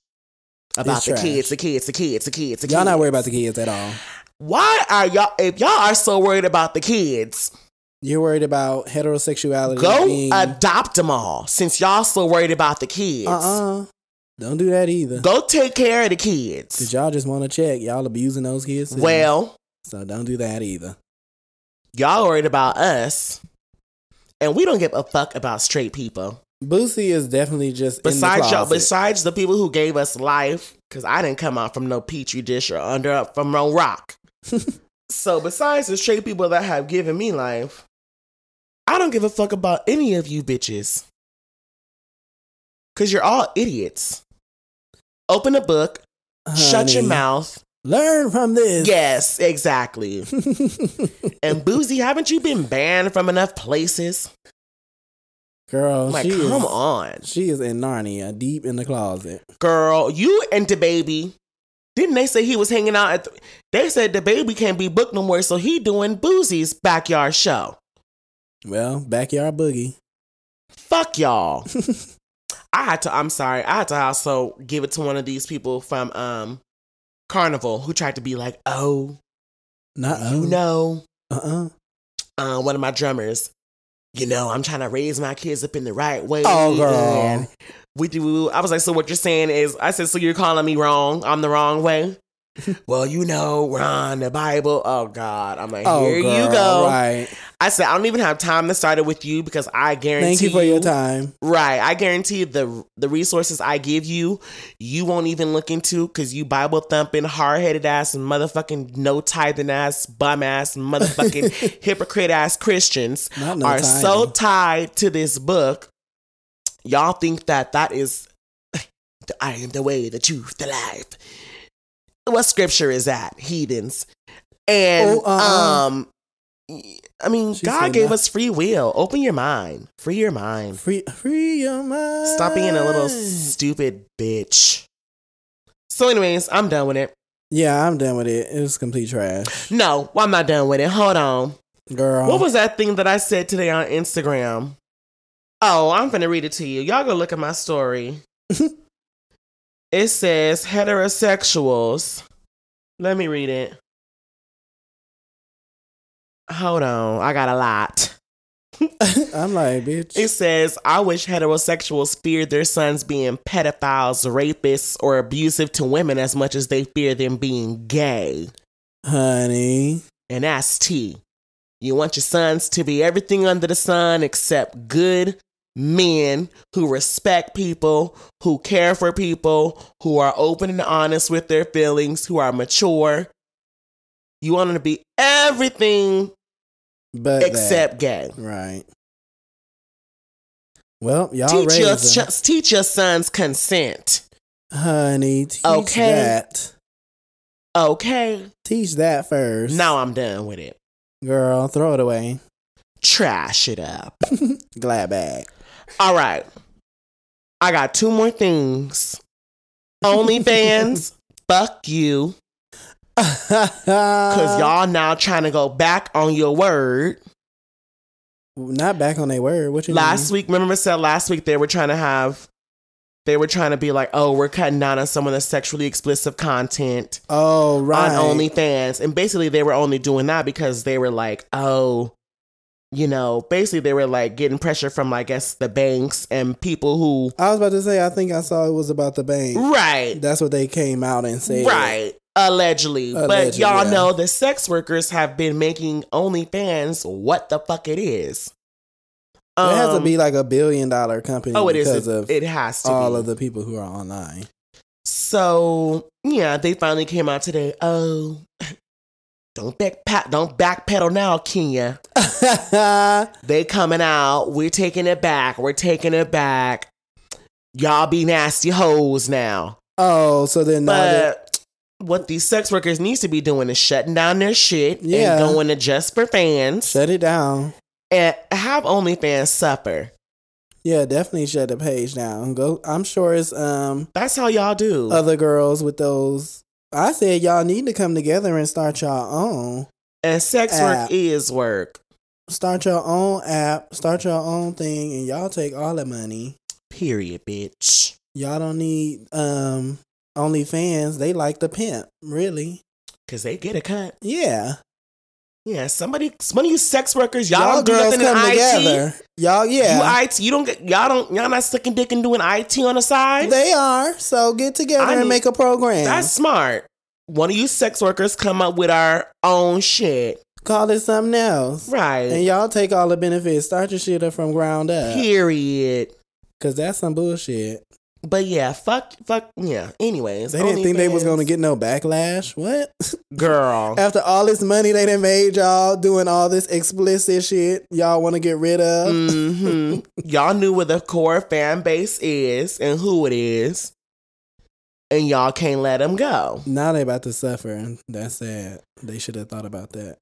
S2: About
S1: It's
S2: the
S1: trash.
S2: kids, the kids, the kids, the kids, the kids.
S1: Y'all not worried about the kids at all.
S2: Why are y'all if y'all are so worried about the kids,
S1: You're worried about heterosexuality.
S2: go
S1: being,
S2: adopt them all. Since y'all so worried about the kids.
S1: Uh-uh. Don't do that either.
S2: Go take care of the
S1: Cause
S2: kids.
S1: y'all just want to check. Y'all abusing those kids. too.
S2: Well,
S1: So don't do that either.
S2: y'all worried about us, and we don't give a fuck about straight people.
S1: Boosie is definitely just
S2: Besides
S1: in the
S2: y'all,
S1: closet.
S2: besides the people who gave us life, because I didn't come out from no petri dish or under from no rock. so besides the straight people that have given me life, I don't give a fuck about any of you bitches. Cause you're all idiots. Open a book, shut your
S1: Honey,
S2: mouth.
S1: Learn from this.
S2: Yes, exactly. And Boozy, haven't you been banned from enough places?
S1: Girl,
S2: like,
S1: she
S2: come
S1: is,
S2: on,
S1: She is in Narnia, deep in the closet.
S2: girl. You and the baby. Didn't they say he was hanging out at? The, they said the baby can't be booked no more, so he doing Boozy's backyard show.
S1: Well, backyard boogie.
S2: Fuck y'all. I had to. I'm sorry. I had to also give it to one of these people from um Carnival who tried to be like, oh,
S1: Not
S2: you know,
S1: Uh-uh.
S2: uh, one of my drummers. You know, I'm trying to raise my kids up in the right way.
S1: Oh,
S2: and
S1: girl.
S2: we do. I was like, so what you're saying is, I said, so you're calling me wrong. I'm the wrong way. well, you know, Ron, the Bible. Oh God, I'm like,
S1: Oh,
S2: here
S1: girl,
S2: you go.
S1: Right.
S2: I said, I don't even have time to start it with you because I guarantee.
S1: Thank you for your time.
S2: Right, I guarantee the the resources I give you, you won't even look into because you Bible thumping, hard headed ass, and motherfucking no tithing ass, bum ass, motherfucking hypocrite ass Christians
S1: Not no
S2: are
S1: time.
S2: so tied to this book, y'all think that that is I am the way, the truth, the life. What scripture is that, heathens? And
S1: Oh, uh-uh.
S2: um, I mean,
S1: She
S2: God
S1: said
S2: gave
S1: that.
S2: us free will. Open your mind, free your mind.
S1: free, free your mind.
S2: Stop being a little stupid bitch. So, anyways, I'm done with it.
S1: Yeah, I'm done with it. It was complete trash,
S2: No, well, I'm not done with it. Hold on.
S1: girl.
S2: What was that thing that I said today on Instagram? Oh, I'm gonna read it to you. Y'all go look at my story. it says heterosexuals. Let me read it. Hold on, I got a lot.
S1: I'm like, bitch.
S2: It says, I wish heterosexuals feared their sons being pedophiles, rapists, or abusive to women as much as they fear them being gay.
S1: Honey.
S2: And that's T. You want your sons to be everything under the sun except good men who respect people, who care for people, who are open and honest with their feelings, who are mature. You want them to be everything
S1: But that.
S2: except gay.
S1: Right. Well, y'all
S2: Teach your,
S1: raised them.
S2: ch- teach your sons consent.
S1: honey. Teach
S2: Okay.
S1: that.
S2: Okay.
S1: Teach that first.
S2: Now I'm done with it.
S1: girl, throw it away.
S2: Trash it up.
S1: Glad bag.
S2: All right. I got two more things. OnlyFans, fuck you. Cause
S1: Cause
S2: y'all now trying to go back on your word.
S1: not back on their word. What you
S2: Last
S1: mean?
S2: week, remember I said last week they were trying to have they were trying to be like, oh, we're cutting down on some of the sexually explicit content
S1: Oh right.
S2: on OnlyFans. And basically they were only doing that because they were like, oh, you know, basically they were like getting pressure from I guess the banks and people who
S1: I was about to say. I think I saw it was about the bank.
S2: Right.
S1: That's what they came out and said.
S2: Right. Allegedly. but
S1: Allegedly,
S2: y'all
S1: yeah.
S2: know the sex workers have been making OnlyFans what the fuck it is.
S1: It has to
S2: Um,
S1: be like a billion dollar company.
S2: Oh, it is.
S1: because
S2: It,
S1: of
S2: it has to
S1: all
S2: be.
S1: of the people who are online.
S2: So yeah, they finally came out today. Oh, don't back pat, don't backpedal now, Kenya. They coming out. We're taking it back. We're taking it back. Y'all be nasty hoes now.
S1: oh, so then now that-
S2: But what these sex workers needs to be doing is shutting down their shit
S1: Yeah.
S2: and going to just for fans
S1: shut it down.
S2: and have OnlyFans suffer.
S1: Yeah, definitely shut the page down. Go. I'm sure it's um
S2: That's how y'all do.
S1: other girls with those. I said y'all need to come together and start y'all own.
S2: and sex work
S1: app.
S2: is work.
S1: Start your own app. Start your own thing, and y'all take all the money.
S2: Period, bitch.
S1: Y'all don't need um OnlyFans. They like the pimp, really.
S2: Cause they get a cut.
S1: Yeah,
S2: Yeah, somebody, some of you sex workers, y'all, don't do nothing in IT.
S1: Y'all, yeah,
S2: You IT, you don't get, y'all don't, y'all not sticking dick and doing IT on the side.
S1: they are. So get together
S2: I
S1: and
S2: need-
S1: make a program.
S2: That's smart. One of you sex workers come up with our own shit,
S1: Call it something else, and
S2: right?
S1: y'all take all the benefits. Start your shit up from ground up.
S2: Period.
S1: Cause that's some bullshit.
S2: But yeah, fuck, fuck, yeah. Anyways,
S1: They didn't think they was
S2: OnlyFans.
S1: gonna get no backlash. What?
S2: girl.
S1: After all this money they done made y'all doing all this explicit shit, y'all want to get rid of?
S2: hmm Uh, y'all knew where the core fan base is and who it is, and y'all can't let them go.
S1: Now they about to suffer. That's sad. They should have thought about that.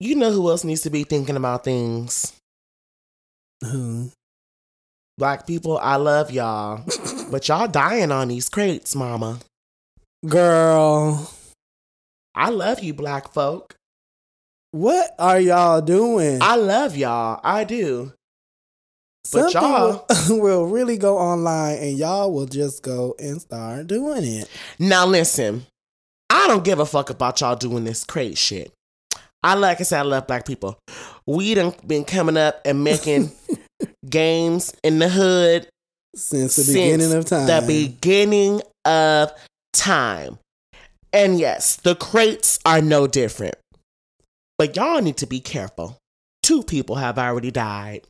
S2: You know who else needs to be thinking about things?
S1: Who?
S2: Black people, I love y'all, but y'all dying on these crates, mama.
S1: Girl,
S2: I love you, black folk.
S1: what are y'all doing?
S2: I love y'all. I do.
S1: Some
S2: but y'all-
S1: people will really go online and y'all will just go and start doing it.
S2: Now listen, I don't give a fuck about y'all doing this crate shit. I like I said, I love black people. We done been coming up and making games in the hood
S1: Since the
S2: Since
S1: beginning of time.
S2: the beginning of time. And yes, the crates are no different. But y'all need to be careful. Two people have already died.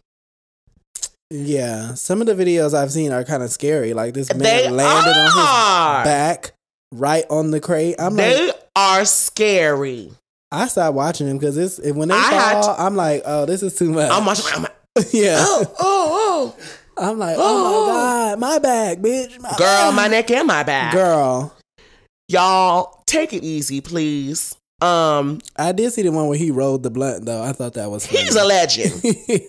S1: yeah. Some of the videos I've seen are kind of scary. Like this man
S2: They
S1: landed on his
S2: are.
S1: back right on the crate. I'm like,
S2: they are scary.
S1: I stopped watching them because it's it- when they
S2: I had
S1: fall, I'm like, oh, this is too much.
S2: I'm watching. I'm like,
S1: yeah,
S2: oh, oh,
S1: I'm like, oh my god, my back, bitch, my
S2: oh. Girl,
S1: back."
S2: my neck and my back.
S1: girl.
S2: Y'all, take it easy, please. Um,
S1: I did see the one where he rolled the blunt though. I thought that was funny.
S2: he's a legend.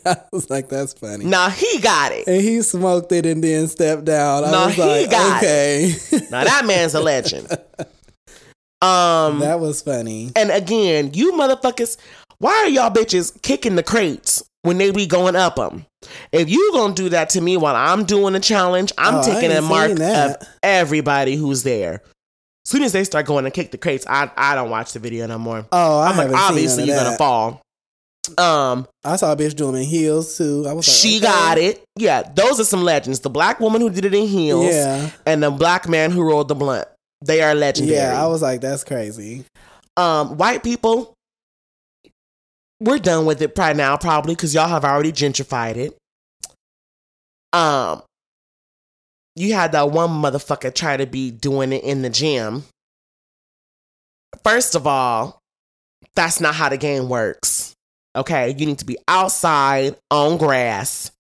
S1: I was like, that's funny.
S2: now he got it.
S1: And he smoked it and then stepped down. I
S2: No,
S1: was
S2: he
S1: like,
S2: got it.
S1: okay,
S2: Now that man's a legend. Um,
S1: that was funny.
S2: And again, you motherfuckers, why are y'all bitches kicking the crates when they be going up them? If you gonna do that to me while I'm doing a challenge, I'm
S1: Oh, I
S2: taking a
S1: ain't
S2: mark
S1: seen that.
S2: of everybody who's there. Soon as they start going to kick the crates, I I don't watch the video no more.
S1: Oh, I
S2: I'm like,
S1: haven't seen
S2: obviously
S1: none
S2: you're
S1: of
S2: gonna
S1: that.
S2: fall. Um,
S1: I saw a bitch doing in heels too. I was like,
S2: she
S1: okay.
S2: got it. Yeah, those are some legends. The black woman who did it in heels
S1: Yeah,
S2: and the black man who rolled the blunt. They are legendary.
S1: yeah. I was like, that's crazy.
S2: um, white people, we're done with it right now, probably because y'all have already gentrified it. Um, you had that one motherfucker try to be doing it in the gym. First of all, that's not how the game works. Okay, you need to be outside on grass.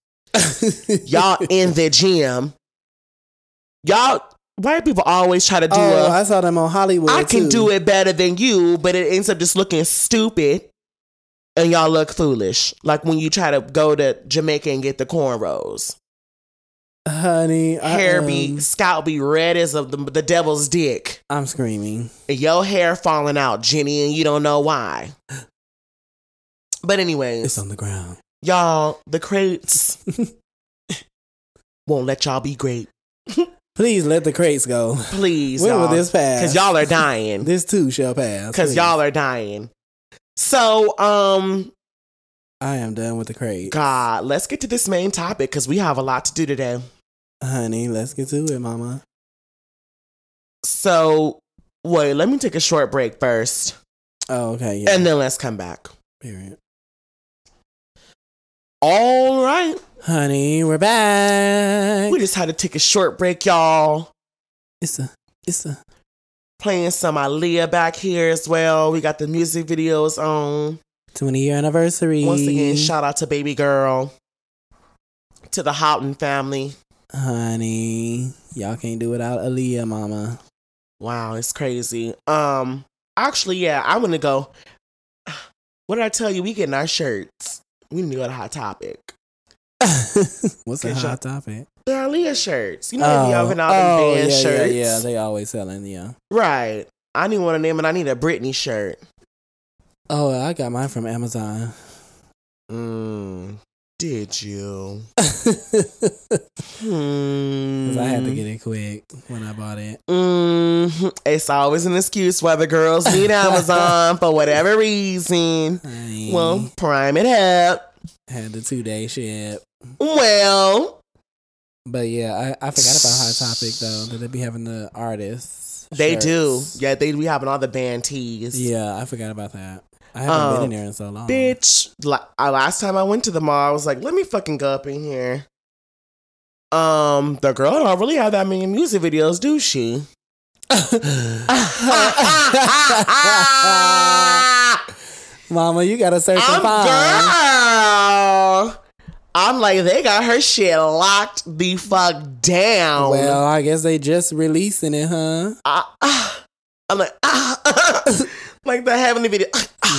S2: Y'all in the gym. Y'all, white people always try to do a
S1: Oh, I saw them on Hollywood.
S2: I can
S1: too.
S2: do it better than you, but it ends up just looking stupid and y'all look foolish. Like when you try to go to Jamaica and get the cornrows.
S1: honey. I,
S2: hair
S1: um,
S2: be scalp be red as of the, the devil's dick.
S1: I'm screaming.
S2: And your hair falling out, Jenny, and you don't know why. But anyways,
S1: It's on the ground.
S2: y'all, the crates won't let y'all be great.
S1: Please let the crates go.
S2: Please.
S1: When
S2: y'all,
S1: will this pass?
S2: Cause y'all are dying.
S1: This too shall pass.
S2: Cause
S1: please.
S2: y'all are dying. So, um,
S1: I am done with the crates,
S2: God, let's get to this main topic because we have a lot to do today.
S1: honey. Let's get to it, Mama.
S2: So, wait, let me take a short break first
S1: Oh, okay. Yeah.
S2: and then let's come back.
S1: Period.
S2: All right.
S1: Honey, we're back.
S2: We just had to take a short break, y'all.
S1: It's a, it's a.
S2: Playing some Aaliyah back here as well. We got the music videos on.
S1: 20 year anniversary.
S2: Once again, shout out to Baby Girl, to the Houghton family.
S1: Honey, y'all can't do without Aaliyah, mama.
S2: Wow, it's crazy. Um, actually, yeah, I'm gonna go. What did I tell you? We getting our shirts. We need to go to Hot Topic.
S1: What's
S2: Okay,
S1: the
S2: shut-
S1: hot topic?
S2: The Aaliyah shirts. You know, oh, y'all been out in band
S1: yeah,
S2: shirts.
S1: yeah, yeah. They always selling, yeah.
S2: Right. I need one of them and I need a Britney shirt.
S1: Oh, I got mine from Amazon.
S2: Mm. Did you?
S1: 'Cause
S2: Hmm.
S1: I had to get it quick when I bought it.
S2: Mhm. It's always an excuse why the girls need Amazon for whatever reason.
S1: Honey,
S2: Well, prime it up.
S1: had the two day ship.
S2: Well,
S1: But yeah, I, I forgot about Hot Topic though that they be having the artists.
S2: they do.
S1: shirts.
S2: Yeah, they be having all the band tees.
S1: Yeah, I forgot about that. I haven't
S2: Um,
S1: been in there in so long.
S2: bitch. La- uh, last time I went to the mall, I was like, let me fucking go up in here. Um, the girl don't really have that many music videos, do she? I'm
S1: Mama, you gotta search and find.
S2: girl. I'm like, they got her shit locked the fuck down.
S1: Well, I guess they just releasing it, huh?
S2: Ah, ah. I'm like, ah, like the heavenly video.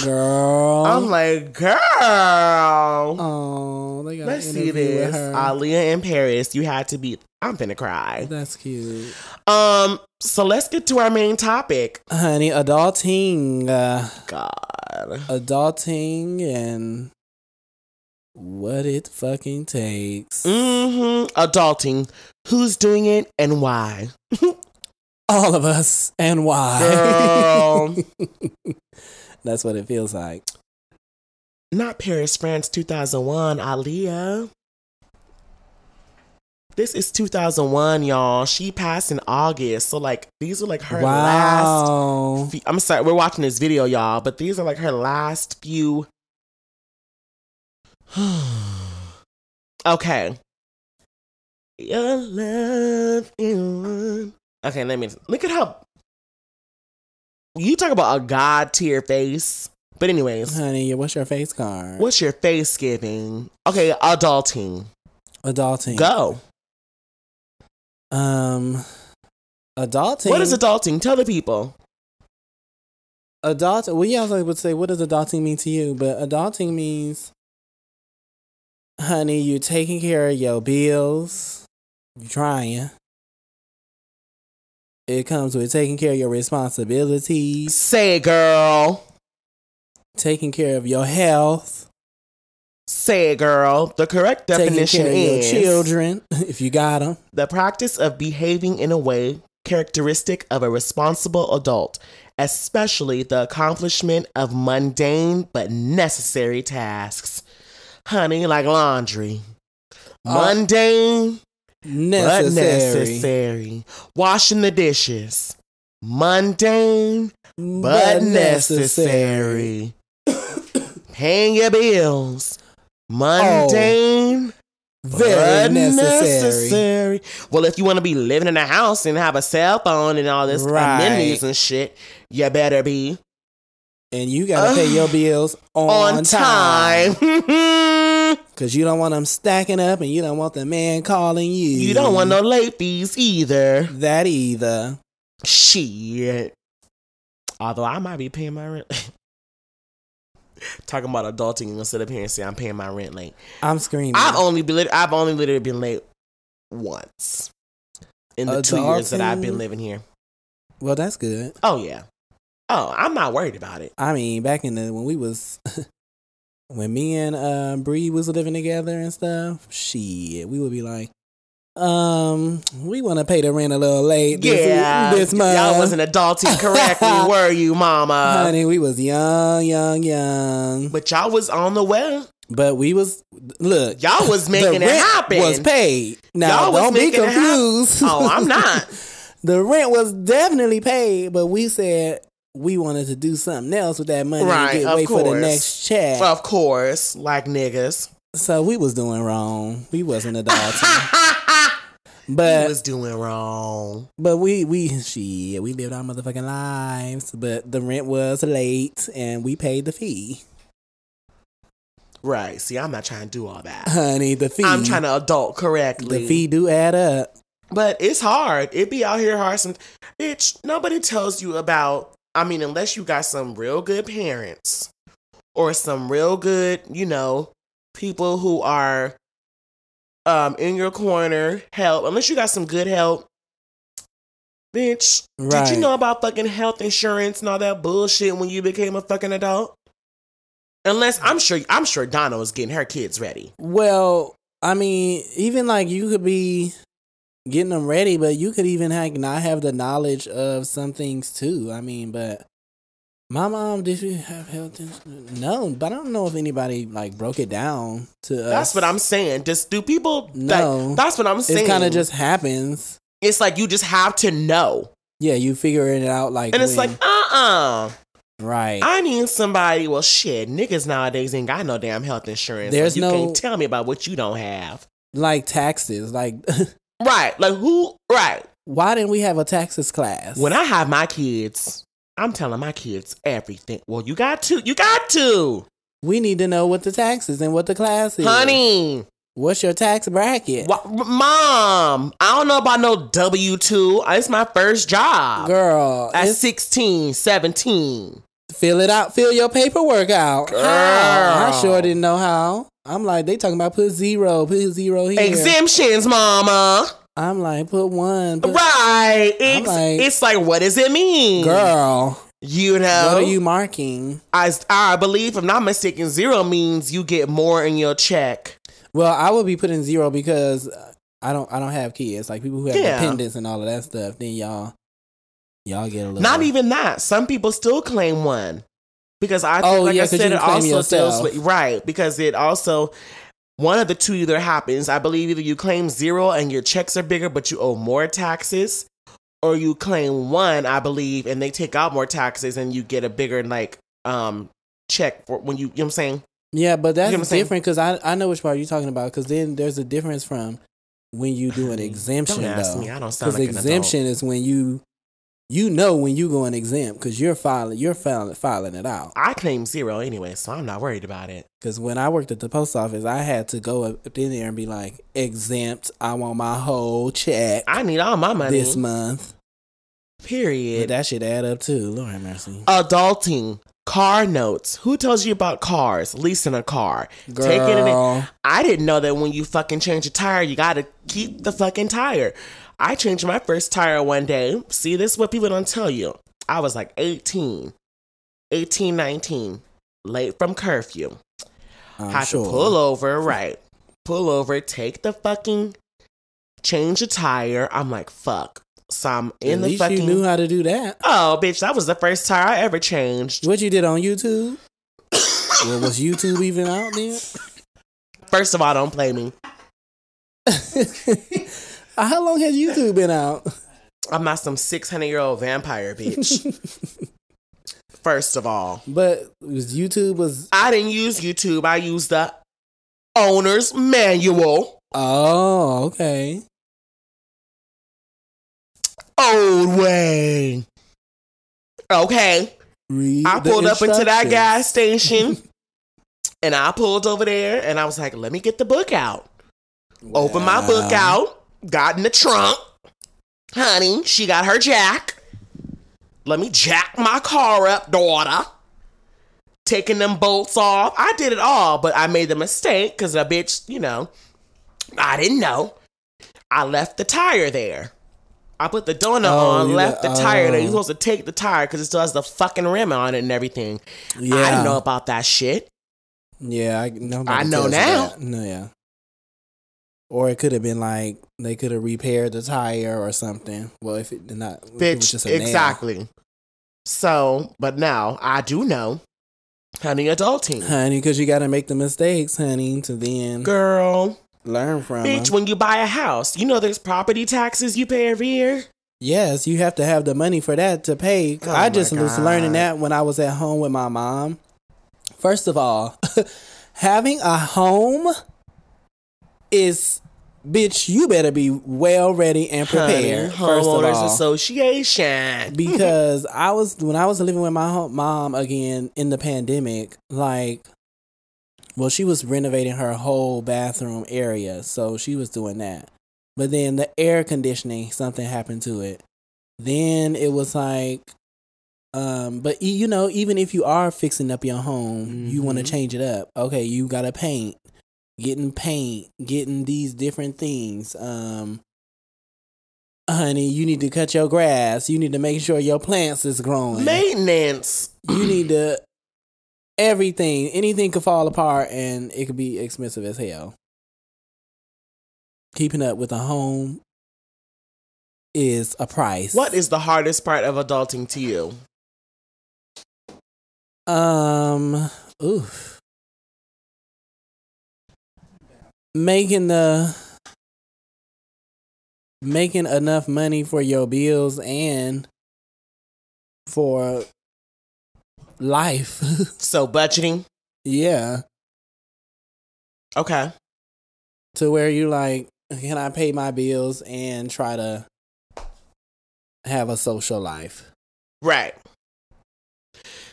S1: Girl.
S2: I'm like, girl.
S1: oh, they got
S2: Let's
S1: an
S2: see
S1: interview with
S2: this.
S1: her.
S2: Aaliyah in Paris. You had to be. I'm finna cry.
S1: That's cute,
S2: Um. So let's get to our main topic.
S1: honey. Adulting, uh,
S2: God.
S1: adulting, and what it fucking takes.
S2: Mm-hmm. Adulting. Who's doing it and why?
S1: All of us, and why?
S2: Girl.
S1: That's what it feels like.
S2: Not Paris, France, 2001. Aaliyah. This is 2001, y'all. She passed in August. So like these were like her last
S1: wow.
S2: fe- I'm sorry, we're watching this video, y'all, but these are like her last few. okay. Your love in- Okay, let me look at how you talk about a god tier face. But anyways,
S1: honey, what's your face card?
S2: what's your face giving? Okay, adulting.
S1: Adulting.
S2: Go.
S1: Um, adulting.
S2: What is adulting? Tell the people.
S1: adult we also would say what does adulting mean to you but adulting means honey you taking care of your bills you trying it comes with taking care of your responsibilities
S2: Say it, girl.
S1: taking care of your health
S2: Say it, girl. The correct
S1: taking
S2: definition
S1: care of
S2: is
S1: your children if you got them
S2: the practice of behaving in a way characteristic of a responsible adult, especially the accomplishment of mundane but necessary tasks. Honey, like laundry.
S1: Uh,
S2: Mundane
S1: Necessary.
S2: but necessary. Washing the dishes. Mundane
S1: But,
S2: but necessary. Paying your bills. Mundane
S1: Very
S2: but
S1: necessary.
S2: necessary. Well, if you want to be living in a house and have a cell phone and all this
S1: Right.
S2: amenities and shit, you better be
S1: And you gotta pay your bills
S2: on,
S1: on,
S2: time.
S1: Cause you don't want them stacking up and you don't want the man calling you.
S2: you don't want no late fees either.
S1: that either.
S2: Shit. Although I might be paying my rent. Talking about adulting instead of parents saying I'm paying my rent late.
S1: I'm screaming.
S2: I've only been lit- I've only literally been late once in the two years that I've been
S1: Adulting.
S2: living here.
S1: well, that's good.
S2: Oh yeah. Oh, I'm not worried about it.
S1: I mean, back in the when we was when me and uh Bree was living together and stuff, shit, we would be like, um, we want to pay the rent a little late. this-
S2: yeah,
S1: this, month.
S2: y'all wasn't adulting correctly, were you, Mama?
S1: honey. We was young, young, young,
S2: But y'all was on the way.
S1: but we was look.
S2: Y'all was
S1: the
S2: making it
S1: rent
S2: happen.
S1: Was paid. Now
S2: Y'all was
S1: don't be
S2: making it hap-
S1: confused.
S2: oh, I'm not.
S1: the rent was definitely paid, but we said we wanted to do something else with that money. and
S2: Right,
S1: get-
S2: of
S1: wait for the
S2: course.
S1: next check.
S2: of course, like niggas.
S1: So we was doing wrong. We wasn't adulting,
S2: he
S1: but
S2: was doing wrong.
S1: but we we shit, we lived our motherfucking lives. But the rent was late, and we paid the fee,
S2: Right. See, I'm not trying to do all that.
S1: honey. The fee.
S2: I'm trying to adult
S1: The
S2: correctly.
S1: fee do add up.
S2: But it's hard. It be out here hard. Some bitch. Nobody tells you about. I mean, unless you got some real good parents or some real good, you know, people who are um in your corner help. Unless you got some good help, bitch.
S1: Right.
S2: Did you know about fucking health insurance and all that bullshit when you became a fucking adult? Unless I'm sure I'm sure Donna was getting her kids ready.
S1: Well, I mean, even like you could be getting them ready, but you could even like not have the knowledge of some things too. I mean, but my mom did you have health insurance? No, but I don't know if anybody like broke it down to us.
S2: That's what I'm saying. Just do people
S1: No.
S2: like, that's what I'm saying.
S1: It kind of just happens.
S2: it's like you just have to know.
S1: Yeah, you figure it out like
S2: And it's
S1: when-
S2: like, uh-uh.
S1: right.
S2: I need somebody. Well shit, niggas nowadays ain't got no damn health insurance.
S1: There's
S2: you
S1: no-
S2: can't tell me about what you don't have.
S1: like taxes. Like
S2: Right. Like who right.
S1: why didn't we have a taxes class?
S2: When I have my kids, I'm telling my kids everything. Well, you got to. You got to.
S1: we need to know what the taxes and what the class is.
S2: Honey.
S1: What's your tax bracket?
S2: Wha- Mom, I don't know about no W 2. It's my first job
S1: Girl,
S2: at
S1: it's-
S2: 16, 17.
S1: fill it out, fill your paperwork out.
S2: Girl.
S1: How? I sure didn't know how. I'm like, they talking about put zero, put zero here.
S2: Exemptions, Mama.
S1: I'm like, put one, put
S2: Right. Ex-
S1: like-
S2: it's like, what does it mean?
S1: girl.
S2: You know,
S1: What are you marking?
S2: I, I believe, if I'm not mistaken, zero means you get more in your check.
S1: Well, I would be putting zero because I don't, I don't have kids. Like people who have
S2: Yeah.
S1: dependents and all of that stuff. Then y'all, y'all get a little.
S2: Not even that. Some people still claim one because I think,
S1: Oh,
S2: like
S1: yeah,
S2: I
S1: 'cause you
S2: said,
S1: can
S2: it
S1: claim
S2: also
S1: yourself.
S2: deals with right because it also one of the two either happens. I believe either you claim zero and your checks are bigger, but you owe more taxes, or you claim one, I believe, and they take out more taxes and you get a bigger like um check for when you. You know what I'm saying?
S1: Yeah, but that's
S2: You know what I'm saying?
S1: different because I, I know which part you're talking about. Because then there's a difference from when you do an exemption.
S2: Don't ask
S1: though.
S2: me. I don't sound
S1: Because
S2: like
S1: exemption is when you you know when you going exempt because you're filing you're filing filing it out.
S2: An adult. I claim zero anyway, so I'm not worried about it.
S1: Because when I worked at the post office, I had to go up in there and be like exempt. I want my whole check
S2: I need all my money.
S1: this month. But
S2: period.
S1: that should add up too. Lord have mercy.
S2: adulting car notes who tells you about cars leasing a car
S1: Girl,
S2: taking it in. i didn't know that when you fucking change a tire you gotta keep the fucking tire i changed my first tire one day see this is what people don't tell you i was like 18 18 19 late from curfew
S1: I'm
S2: had
S1: sure.
S2: to pull over, right? Pull over, take the fucking change a tire. I'm like, fuck. some
S1: At
S2: in the
S1: least
S2: fucking.
S1: you knew how to do that.
S2: oh, bitch, that was the first tire I ever changed.
S1: What you did on YouTube? well, was YouTube even out
S2: First of all, don't play me.
S1: then? how long has YouTube been out?
S2: I'm not some 600 year old vampire bitch. First of all,
S1: But was YouTube was
S2: I didn't use YouTube. I used the owner's manual.
S1: oh okay.
S2: Old way. Okay.
S1: Read
S2: I
S1: the
S2: pulled up into that
S1: instructions.
S2: gas station and I pulled over there and I was like, let me get the book out. Open my book
S1: Wow.
S2: out, got in the trunk. Honey, she got her jack. Let me jack my car up, daughter. Taking them bolts off. I did it all, but I made the mistake because a bitch, you know, I didn't know. I left the tire there. I put the donut
S1: Oh,
S2: on,
S1: you
S2: left
S1: le-
S2: the tire there.
S1: oh.
S2: You're supposed to take the tire because it still has the fucking rim on it and everything.
S1: Yeah,
S2: I didn't know about that shit.
S1: Yeah, I know.
S2: I know now.
S1: No, yeah. Or it could have been like they could have repaired the tire or something. Well, if it did not, if it was
S2: bitch
S1: just a nail.
S2: exactly so but now i do know honey adulting
S1: honey, because you got to make the mistakes, honey, to then
S2: girl
S1: learn from.
S2: bitch
S1: them.
S2: when you buy a house you know there's property taxes you pay every year
S1: Yes, you have to have the money for that to pay.
S2: Oh
S1: I just
S2: my
S1: was learning
S2: God.
S1: that when I was at home with my mom. First of all, having a home is, bitch, you better be well ready and prepared.
S2: honey,
S1: first of
S2: homeowners
S1: all.
S2: association
S1: because I was when I was living with my ho- mom again in the pandemic, like well she was renovating her whole bathroom area, so she was doing that. But then the air conditioning something happened to it. Then it was like um but e- you know even if you are fixing up your home, you want to
S2: Mhm.
S1: change it up. Okay, you got to paint. Getting paint, getting these different things um honey, you need to cut your grass. You need to make sure your plants is growing.
S2: maintenance
S1: you need to everything. Anything could fall apart and it could be expensive as hell. Keeping up with a home is a price.
S2: what is the hardest part of adulting to you
S1: um oof. Making the making enough money for your bills and for life.
S2: so budgeting
S1: yeah.
S2: okay
S1: To where you like, can I pay my bills and try to have a social life?
S2: right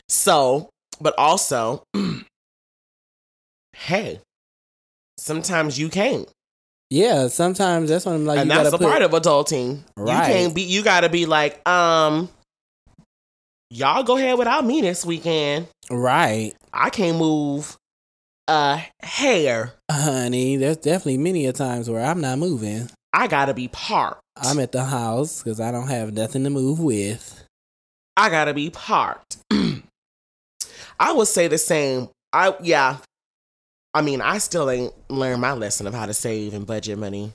S2: so but also hey sometimes you can't
S1: Yeah, sometimes that's when I'm like,
S2: and
S1: Oh, you
S2: that's
S1: gotta
S2: the
S1: put,
S2: part of adulting.
S1: Right.
S2: You can't be. You gotta be like, um, y'all go ahead without me this weekend.
S1: right,
S2: I can't move a hair.
S1: honey. There's definitely many a times where I'm not moving.
S2: I gotta be parked.
S1: I'm at the house because I don't have nothing to move with.
S2: I gotta be parked. I would say the same. I yeah. I mean, I still ain't learned my lesson of how to save and budget money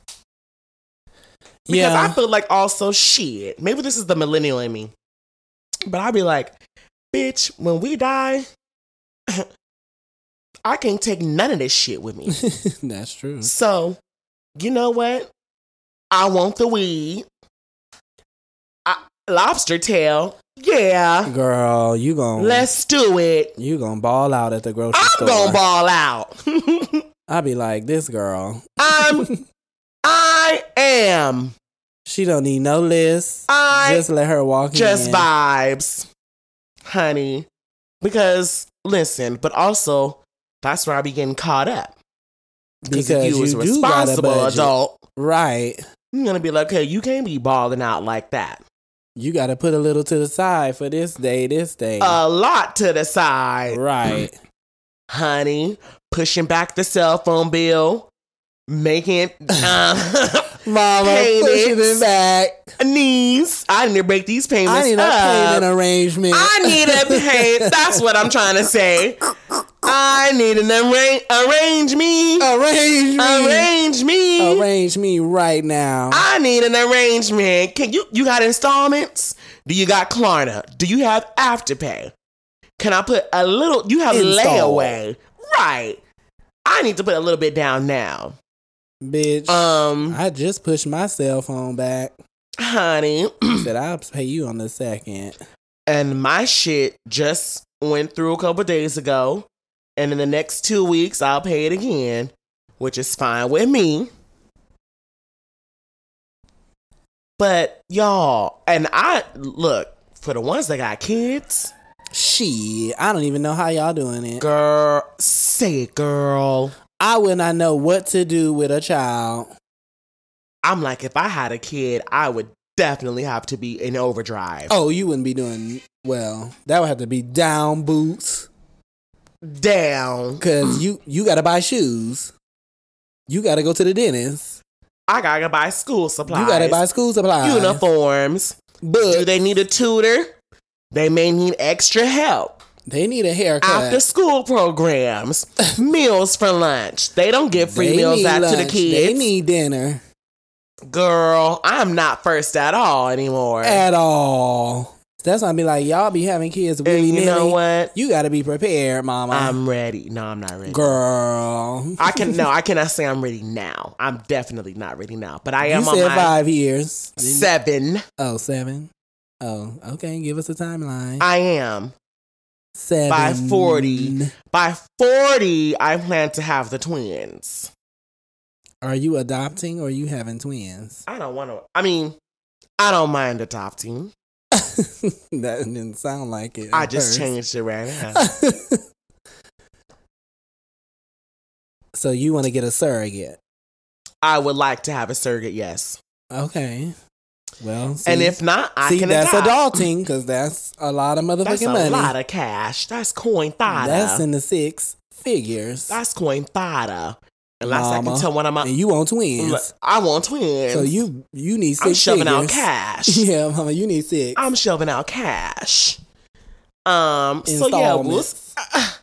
S2: because I
S1: yeah,
S2: feel like also shit. Maybe this is the millennial in me, but I'd be like, bitch, when we die, I can't take none of this shit with me.
S1: that's true.
S2: so, you know what? I want the weed, I, lobster tail. Yeah,
S1: Girl, you gon'
S2: let's do it.
S1: you gon' ball out at the grocery
S2: I'm
S1: store.
S2: gonna ball out.
S1: I'll be like, this girl,
S2: I'm. I am.
S1: she don't need no list.
S2: I
S1: just let her walk
S2: just
S1: in.
S2: vibes, honey. Because listen, but also that's where I be getting caught up. Because if
S1: Because
S2: you was a
S1: you do got a
S2: responsible
S1: budget.
S2: adult,
S1: Right.
S2: you're gonna be like, okay, you can't be balling out like that.
S1: You got to put a little to the side for this day, this day.
S2: A lot to the side,
S1: right.
S2: honey. Pushing back the cell phone bill, making uh,
S1: Mama, pushing
S2: Payments.
S1: it back.
S2: knees. I need to break these payments
S1: I need a
S2: up.
S1: payment arrangement.
S2: I need a pay. That's what I'm trying to say. I need an arrange, arrange me,
S1: Arrange me.
S2: arrange me.
S1: Arrange me right now.
S2: I need an arrangement. Can you you got installments? Do you got Klarna? Do you have Afterpay? Can I put a little? You have
S1: Install.
S2: layaway, right? I need to put a little bit down now,
S1: Bitch.
S2: um,
S1: I just pushed my cell phone back.
S2: honey.
S1: Said I'll pay you on the second.
S2: and my shit just went through a couple days ago, and in the next two weeks I'll pay it again, which is fine with me. But y'all, and I look for the ones that got kids.
S1: She, I don't even know how y'all doing it.
S2: Girl, say it, girl.
S1: I would not know what to do with a child.
S2: I'm like, if I had a kid, I would definitely have to be in overdrive.
S1: Oh, you wouldn't be doing well. That would have to be down boots
S2: damn.
S1: because you you got to buy shoes. You got to go to the dentist.
S2: I gotta buy school supplies.
S1: You got to buy school supplies.
S2: uniforms. Do
S1: But
S2: they need a tutor? They may need extra help.
S1: they need a
S2: After
S1: haircut.
S2: school programs, meals for lunch. They don't give free
S1: They
S2: meals
S1: need
S2: out to the
S1: lunch. They
S2: kids.
S1: need dinner
S2: Girl, I'm not first at all anymore.
S1: at all. That's why I be like, y'all be having kids
S2: and
S1: willy
S2: you
S1: nilly.
S2: know what?
S1: You got to be prepared, mama.
S2: I'm ready. No, I'm not ready.
S1: Girl,
S2: I can no, I cannot say I'm ready now. I'm definitely not ready now, but I am
S1: you
S2: on
S1: said
S2: my
S1: five years. Then you-
S2: seven.
S1: Oh, seven. Oh, okay. Give us a timeline.
S2: I am
S1: seven.
S2: 40. by forty. I plan to have the twins.
S1: Are you adopting or you having twins?
S2: I don't want to. I mean, I don't mind adopting.
S1: that didn't sound like it.
S2: I
S1: at
S2: just
S1: first.
S2: changed it right now.
S1: so you want to get a surrogate?
S2: I would like to have a surrogate, yes.
S1: Okay. Well,
S2: and
S1: see-
S2: if not, I
S1: see
S2: can
S1: that's
S2: adopt.
S1: adulting because that's a lot of motherfucking
S2: That's a
S1: money.
S2: lot of cash. That's coin thada.
S1: that's
S2: That's,
S1: in the six figures,
S2: coin thada. Unless I can
S1: Mama.
S2: tell one of my,
S1: and you want twins.
S2: Look, I want twins.
S1: So you you need six
S2: I'm shoving out
S1: figures.
S2: cash.
S1: Yeah, mama, you need six.
S2: I'm shoving out cash. Um. So yeah, we'll, s-
S1: installments.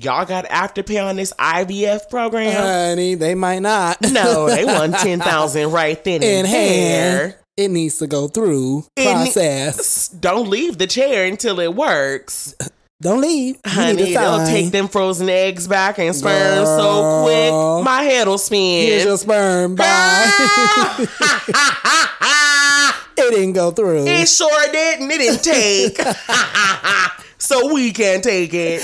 S2: y'all got afterpay on this IVF program?
S1: Honey, they might not.
S2: no, they won ten thousand right then
S1: Uh, in
S2: and
S1: hand.
S2: there.
S1: It needs to go through
S2: It ne-
S1: process.
S2: S- Don't leave the chair until it works,
S1: Don't leave. You need to
S2: honey. They'll
S1: sign.
S2: take them frozen eggs back and sperm so
S1: Girl.
S2: quick, my head'll spin.
S1: Here's your sperm.
S2: Ah!
S1: Bye.
S2: Girl.
S1: it didn't go through.
S2: it sure didn't. It didn't take. so we can take it,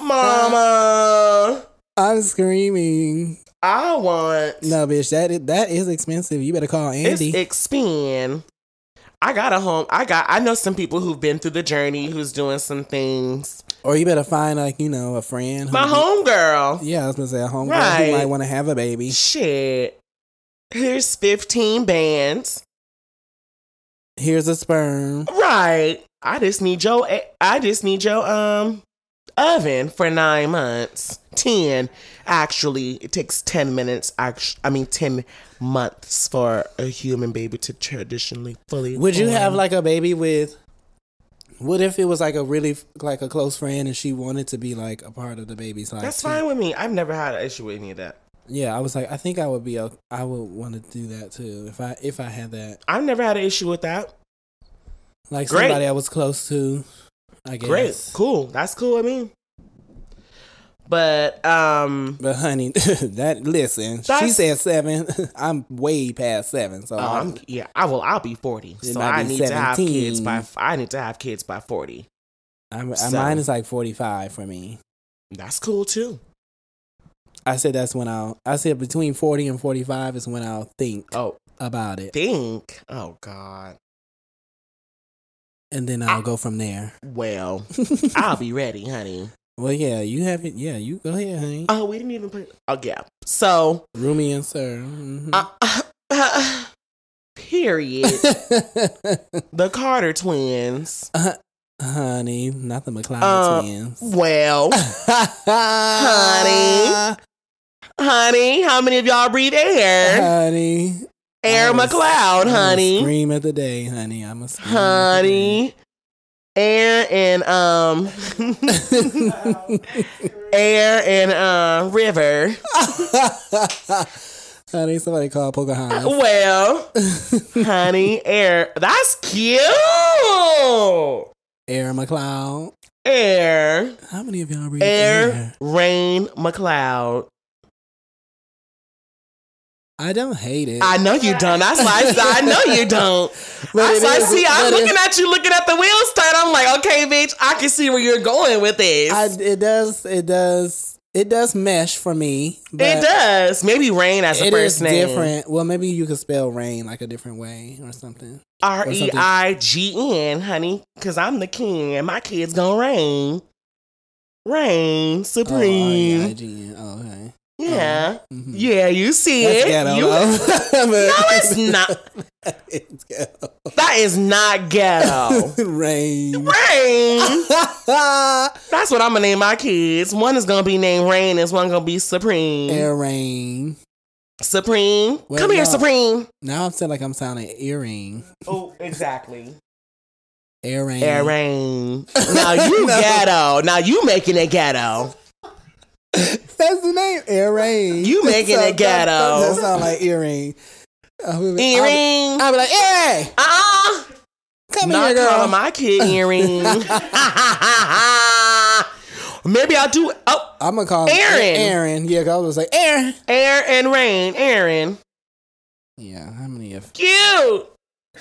S2: Mama.
S1: I'm screaming.
S2: I want
S1: No, bitch, that is, that is expensive. You better call
S2: it's
S1: Andy.
S2: expand. I got a home. I got. I know some people who've been through the journey, who's doing some things.
S1: or you better find, like, you know, a friend. who-
S2: My homegirl.
S1: Yeah, I was going to say a homegirl
S2: Right.
S1: who might want to have a baby.
S2: Shit. Here's fifteen bands.
S1: Here's a sperm.
S2: Right. I just need your. eh, I just need your um oven for nine months. Ten actually. It takes ten minutes. Actually, I mean ten months for a human baby to traditionally fully.
S1: Would you have
S2: form.
S1: like a baby with? What if it was like a really like a close friend and she wanted to be like a part of the baby's life?
S2: That's
S1: too?
S2: fine with me. I've never had an issue with any of that.
S1: Yeah, I was like, I think I would be. o- I would want to do that too if I if I had that
S2: I've never had an issue with that.
S1: like
S2: Great.
S1: somebody I was close to. I guess.
S2: Great. Cool. That's cool I mean, But um
S1: But honey, that listen, she
S2: That's-
S1: said seven. I'm way past seven, so
S2: uh, I'm-
S1: Oh, I'm,
S2: yeah, I will I'll be 40.
S1: It
S2: So
S1: might
S2: I
S1: be
S2: need to have
S1: 17.
S2: kids by I need to have kids by 40.
S1: I'm,
S2: seven.
S1: mine is like forty five for me.
S2: That's cool too.
S1: I said that's when I'll. I said between forty and forty five is when I'll think
S2: Oh,
S1: about it,
S2: think. Oh god.
S1: and then I'll go from there.
S2: Well, I'll be ready, honey.
S1: Well, yeah, you have it. Yeah, you go ahead, honey.
S2: Oh, we didn't even put Oh yeah. So,
S1: Roomy and Sir. mhm.
S2: uh,
S1: Mm.
S2: period. the Carter twins.
S1: Honey, not the McLeod
S2: Uh,
S1: twins.
S2: Well,
S1: honey,
S2: honey, how many of y'all breathe air?
S1: honey,
S2: Air
S1: Uh-huh. I was-
S2: McLeod,
S1: I'ma
S2: honey.
S1: Scream at the day, honey. I'm a
S2: Honey. Air and um Air and uh River.
S1: Honey, somebody called Pocahontas.
S2: Well, honey, Air. That's cute.
S1: Air McLeod.
S2: Air.
S1: How many of y'all read Air?
S2: Air Rain McLeod.
S1: I don't hate it.
S2: I know you don't. That's why I said I know you don't.
S1: But
S2: That's
S1: it
S2: why I
S1: is-
S2: see I'm
S1: but it-
S2: looking at you looking at the wheels turn. I'm like, okay, bitch, I can see where you're going with this.
S1: I, it does. It does. It does mesh for me. But
S2: it does. Maybe Rain as a
S1: It
S2: first
S1: is
S2: name.
S1: different. Well, maybe you could spell rain like a different way or something.
S2: R
S1: or
S2: E
S1: something.
S2: I G N, honey, because I'm the king and my kids gonna reign. Reign
S1: Oh,
S2: supreme.
S1: R-E-I-G-N. Oh, okay.
S2: yeah.
S1: Mhm.
S2: Yeah, you see
S1: That's
S2: it.
S1: ghetto,
S2: You-
S1: though. But-
S2: no, it's not. Oh.
S1: it's ghetto.
S2: That is not ghetto.
S1: rain.
S2: Rain. That's what I'm gonna name my kids. One is gonna be named Rain, and one gonna be Supreme.
S1: Air rain.
S2: Supreme,
S1: Well,
S2: come here,
S1: no.
S2: Supreme.
S1: Now I'm sounding like I'm sounding earring.
S2: Oh, exactly.
S1: Air rain.
S2: Air Rain. Now you
S1: No.
S2: ghetto. Now you making it ghetto.
S1: That's the name. Air rain.
S2: You making
S1: So that-
S2: it ghetto.
S1: That, that sound like earring. I'll be,
S2: Earring.
S1: I'll be, I'll be like, air. rain,
S2: Uh-uh.
S1: Come
S2: Not
S1: here, girl.
S2: calling my kid earring. Maybe I'll do oh
S1: I'm gonna call him
S2: Aaron.
S1: Aaron. Yeah, 'cause I was like Aaron.
S2: air and rain. Aaron.
S1: Yeah, how many of?
S2: Cute.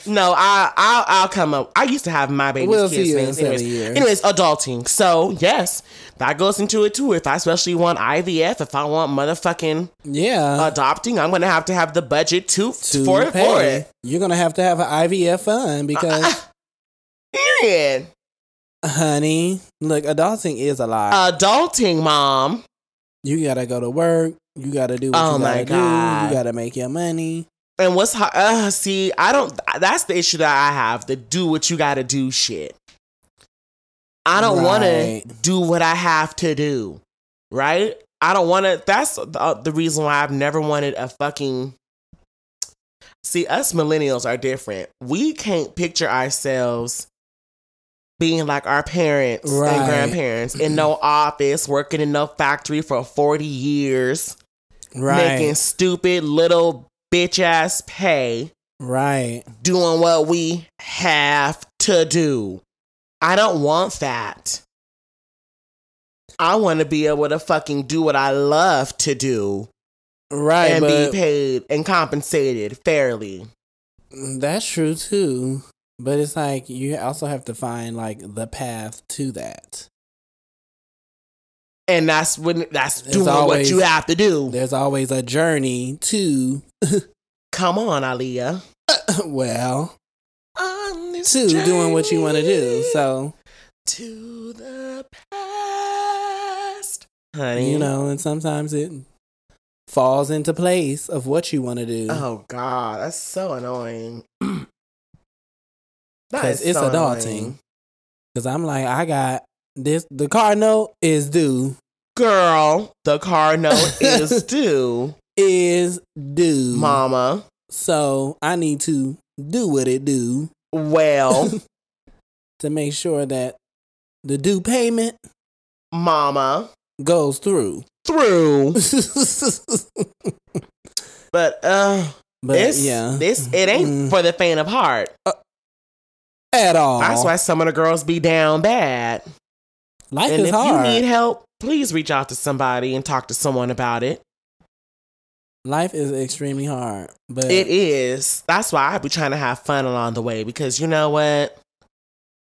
S2: No, I I'll, I'll come up. I used to have my baby's
S1: We'll
S2: kids
S1: see you in
S2: names.
S1: seven
S2: Anyways,
S1: years.
S2: anyways, adulting. So yes, that goes into it too. If I especially want IVF, if I want motherfucking
S1: Yeah,
S2: adopting, I'm gonna have to have the budget to,
S1: Uh-huh. to
S2: uh,
S1: pay.
S2: for for it. Uh,
S1: You're gonna have to have an IVF fund because,
S2: Period. uh.
S1: honey, look, adulting is a lot.
S2: Adulting, mom.
S1: you gotta go to work. You gotta do what
S2: Oh
S1: you
S2: my
S1: gotta do.
S2: God.
S1: You gotta make your money.
S2: And what's hard? Uh, see, I don't. That's the issue that I have. The do what you gotta do shit. I don't want
S1: Right.
S2: to do what I have to do. Right? I don't want to. That's the, uh, the reason why I've never wanted a fucking. See, us millennials are different. We can't picture ourselves being like our parents
S1: Right.
S2: and grandparents in no office, working in no factory for 40 years
S1: Right,
S2: making stupid little bitch ass pay,
S1: right.
S2: doing what we have to do. I don't want that. I want to be able to fucking do what I love to do
S1: Right,
S2: and
S1: but
S2: be paid and compensated fairly.
S1: that's true too. But it's like you also have to find like the path to that.
S2: And that's when that's
S1: It's
S2: doing
S1: always-
S2: what you have to do.
S1: There's always a journey to
S2: Come on, Aaliyah.
S1: well
S2: On this
S1: to doing what you want to do.
S2: journey
S1: So
S2: to the past, honey.
S1: you know, and sometimes it falls into place of what you want to do
S2: Oh God, that's so annoying. That
S1: because
S2: is
S1: it's
S2: so
S1: adulting.
S2: annoying.
S1: Because I'm like, I got this. The car note is due.
S2: girl. The car note is due,
S1: Is due,
S2: Mama.
S1: So I need to do what it do
S2: Well,
S1: to make sure that the due payment
S2: Mama,
S1: goes through.
S2: through.
S1: but
S2: But uh, this,
S1: yeah,
S2: this it ain't
S1: Mm.
S2: for the faint of heart.
S1: at all.
S2: That's why some of the girls be down bad.
S1: life
S2: and
S1: is
S2: if
S1: hard.
S2: you need help, please reach out to somebody and talk to someone about it.
S1: Life is extremely hard, but
S2: It is. That's why I be trying to have fun along the way because you know what.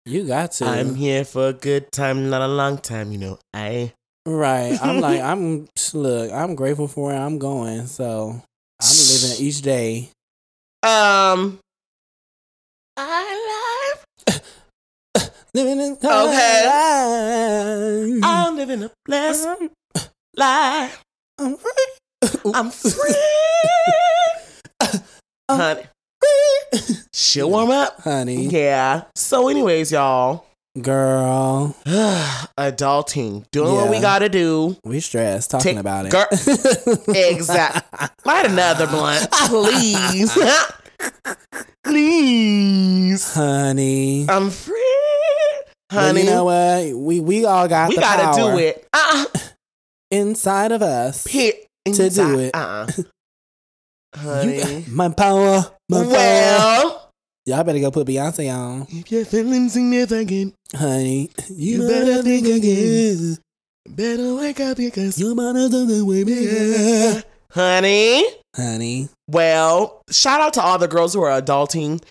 S1: you got to.
S2: I'm here for a good time, not a long time. You know, I
S1: right. I'm like I'm look. I'm grateful for where I'm going, so I'm living each day.
S2: um. I live.
S1: Living in Mm.
S2: Okay. I'm living a blessed
S1: I'm,
S2: life.
S1: I'm free.
S2: I'm free.
S1: I'm
S2: Uh, Honey,
S1: free.
S2: she'll warm up.
S1: honey,
S2: Yeah. So, anyways, y'all,
S1: girl.
S2: adulting, doing what we
S1: Yeah.
S2: gotta do.
S1: We stressed talking
S2: Take-
S1: about it.
S2: Girl- Exact- Light another blunt, please. please.
S1: honey.
S2: I'm free.
S1: But
S2: honey.
S1: you know what? We we all got
S2: we
S1: the
S2: gotta
S1: power
S2: do it. Uh uh
S1: inside of us.
S2: To
S1: do it.
S2: Uh uh
S1: You-
S2: Honey.
S1: my power, my power.
S2: well,
S1: Y'all better go put Beyonce on,
S2: if you're feeling significant,
S1: honey. You,
S2: You
S1: better
S2: better
S1: think
S2: think
S1: again.
S2: better wake up because
S1: You better do the way bigger,
S2: honey.
S1: honey.
S2: Well, shout out to all the girls who are adulting.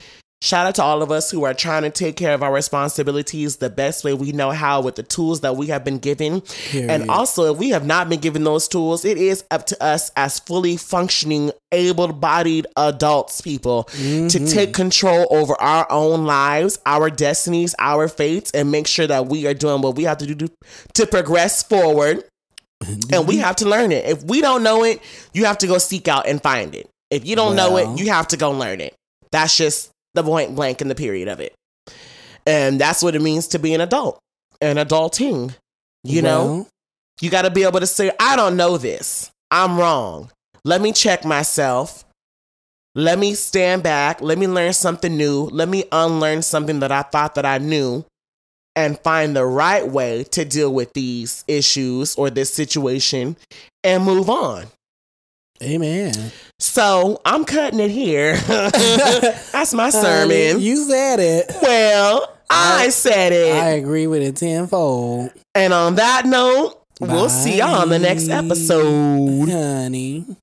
S2: Shout out to all of us who are trying to take care of our responsibilities the best way we know how with the tools that we have been given. And
S1: Period.
S2: also, if we have not been given those tools, it is up to us as fully functioning, able bodied adults, people, to
S1: Mhm.
S2: take control over our own lives, our destinies, our fates, and make sure that we are doing what we have to do to progress forward and
S1: Mm-hmm.
S2: we have to learn it. If we don't know it, you have to go seek out and find it. If you don't know
S1: Well.
S2: it, you have to go learn it. That's just the point blank and the period of it. And that's what it means to be an adult and adulting. You know,
S1: Well,
S2: you got to be able to say, I don't know this. I'm wrong. Let me check myself. Let me stand back. Let me learn something new. Let me unlearn something that I thought that I knew and find the right way to deal with these issues or this situation and move on.
S1: amen.
S2: So I'm cutting it here. That's my sermon.
S1: Honey, you said it.
S2: well, I,
S1: I-
S2: said it.
S1: I agree with it tenfold,
S2: and on that note, we'll see y'all on the next
S1: Bye.
S2: episode.
S1: honey.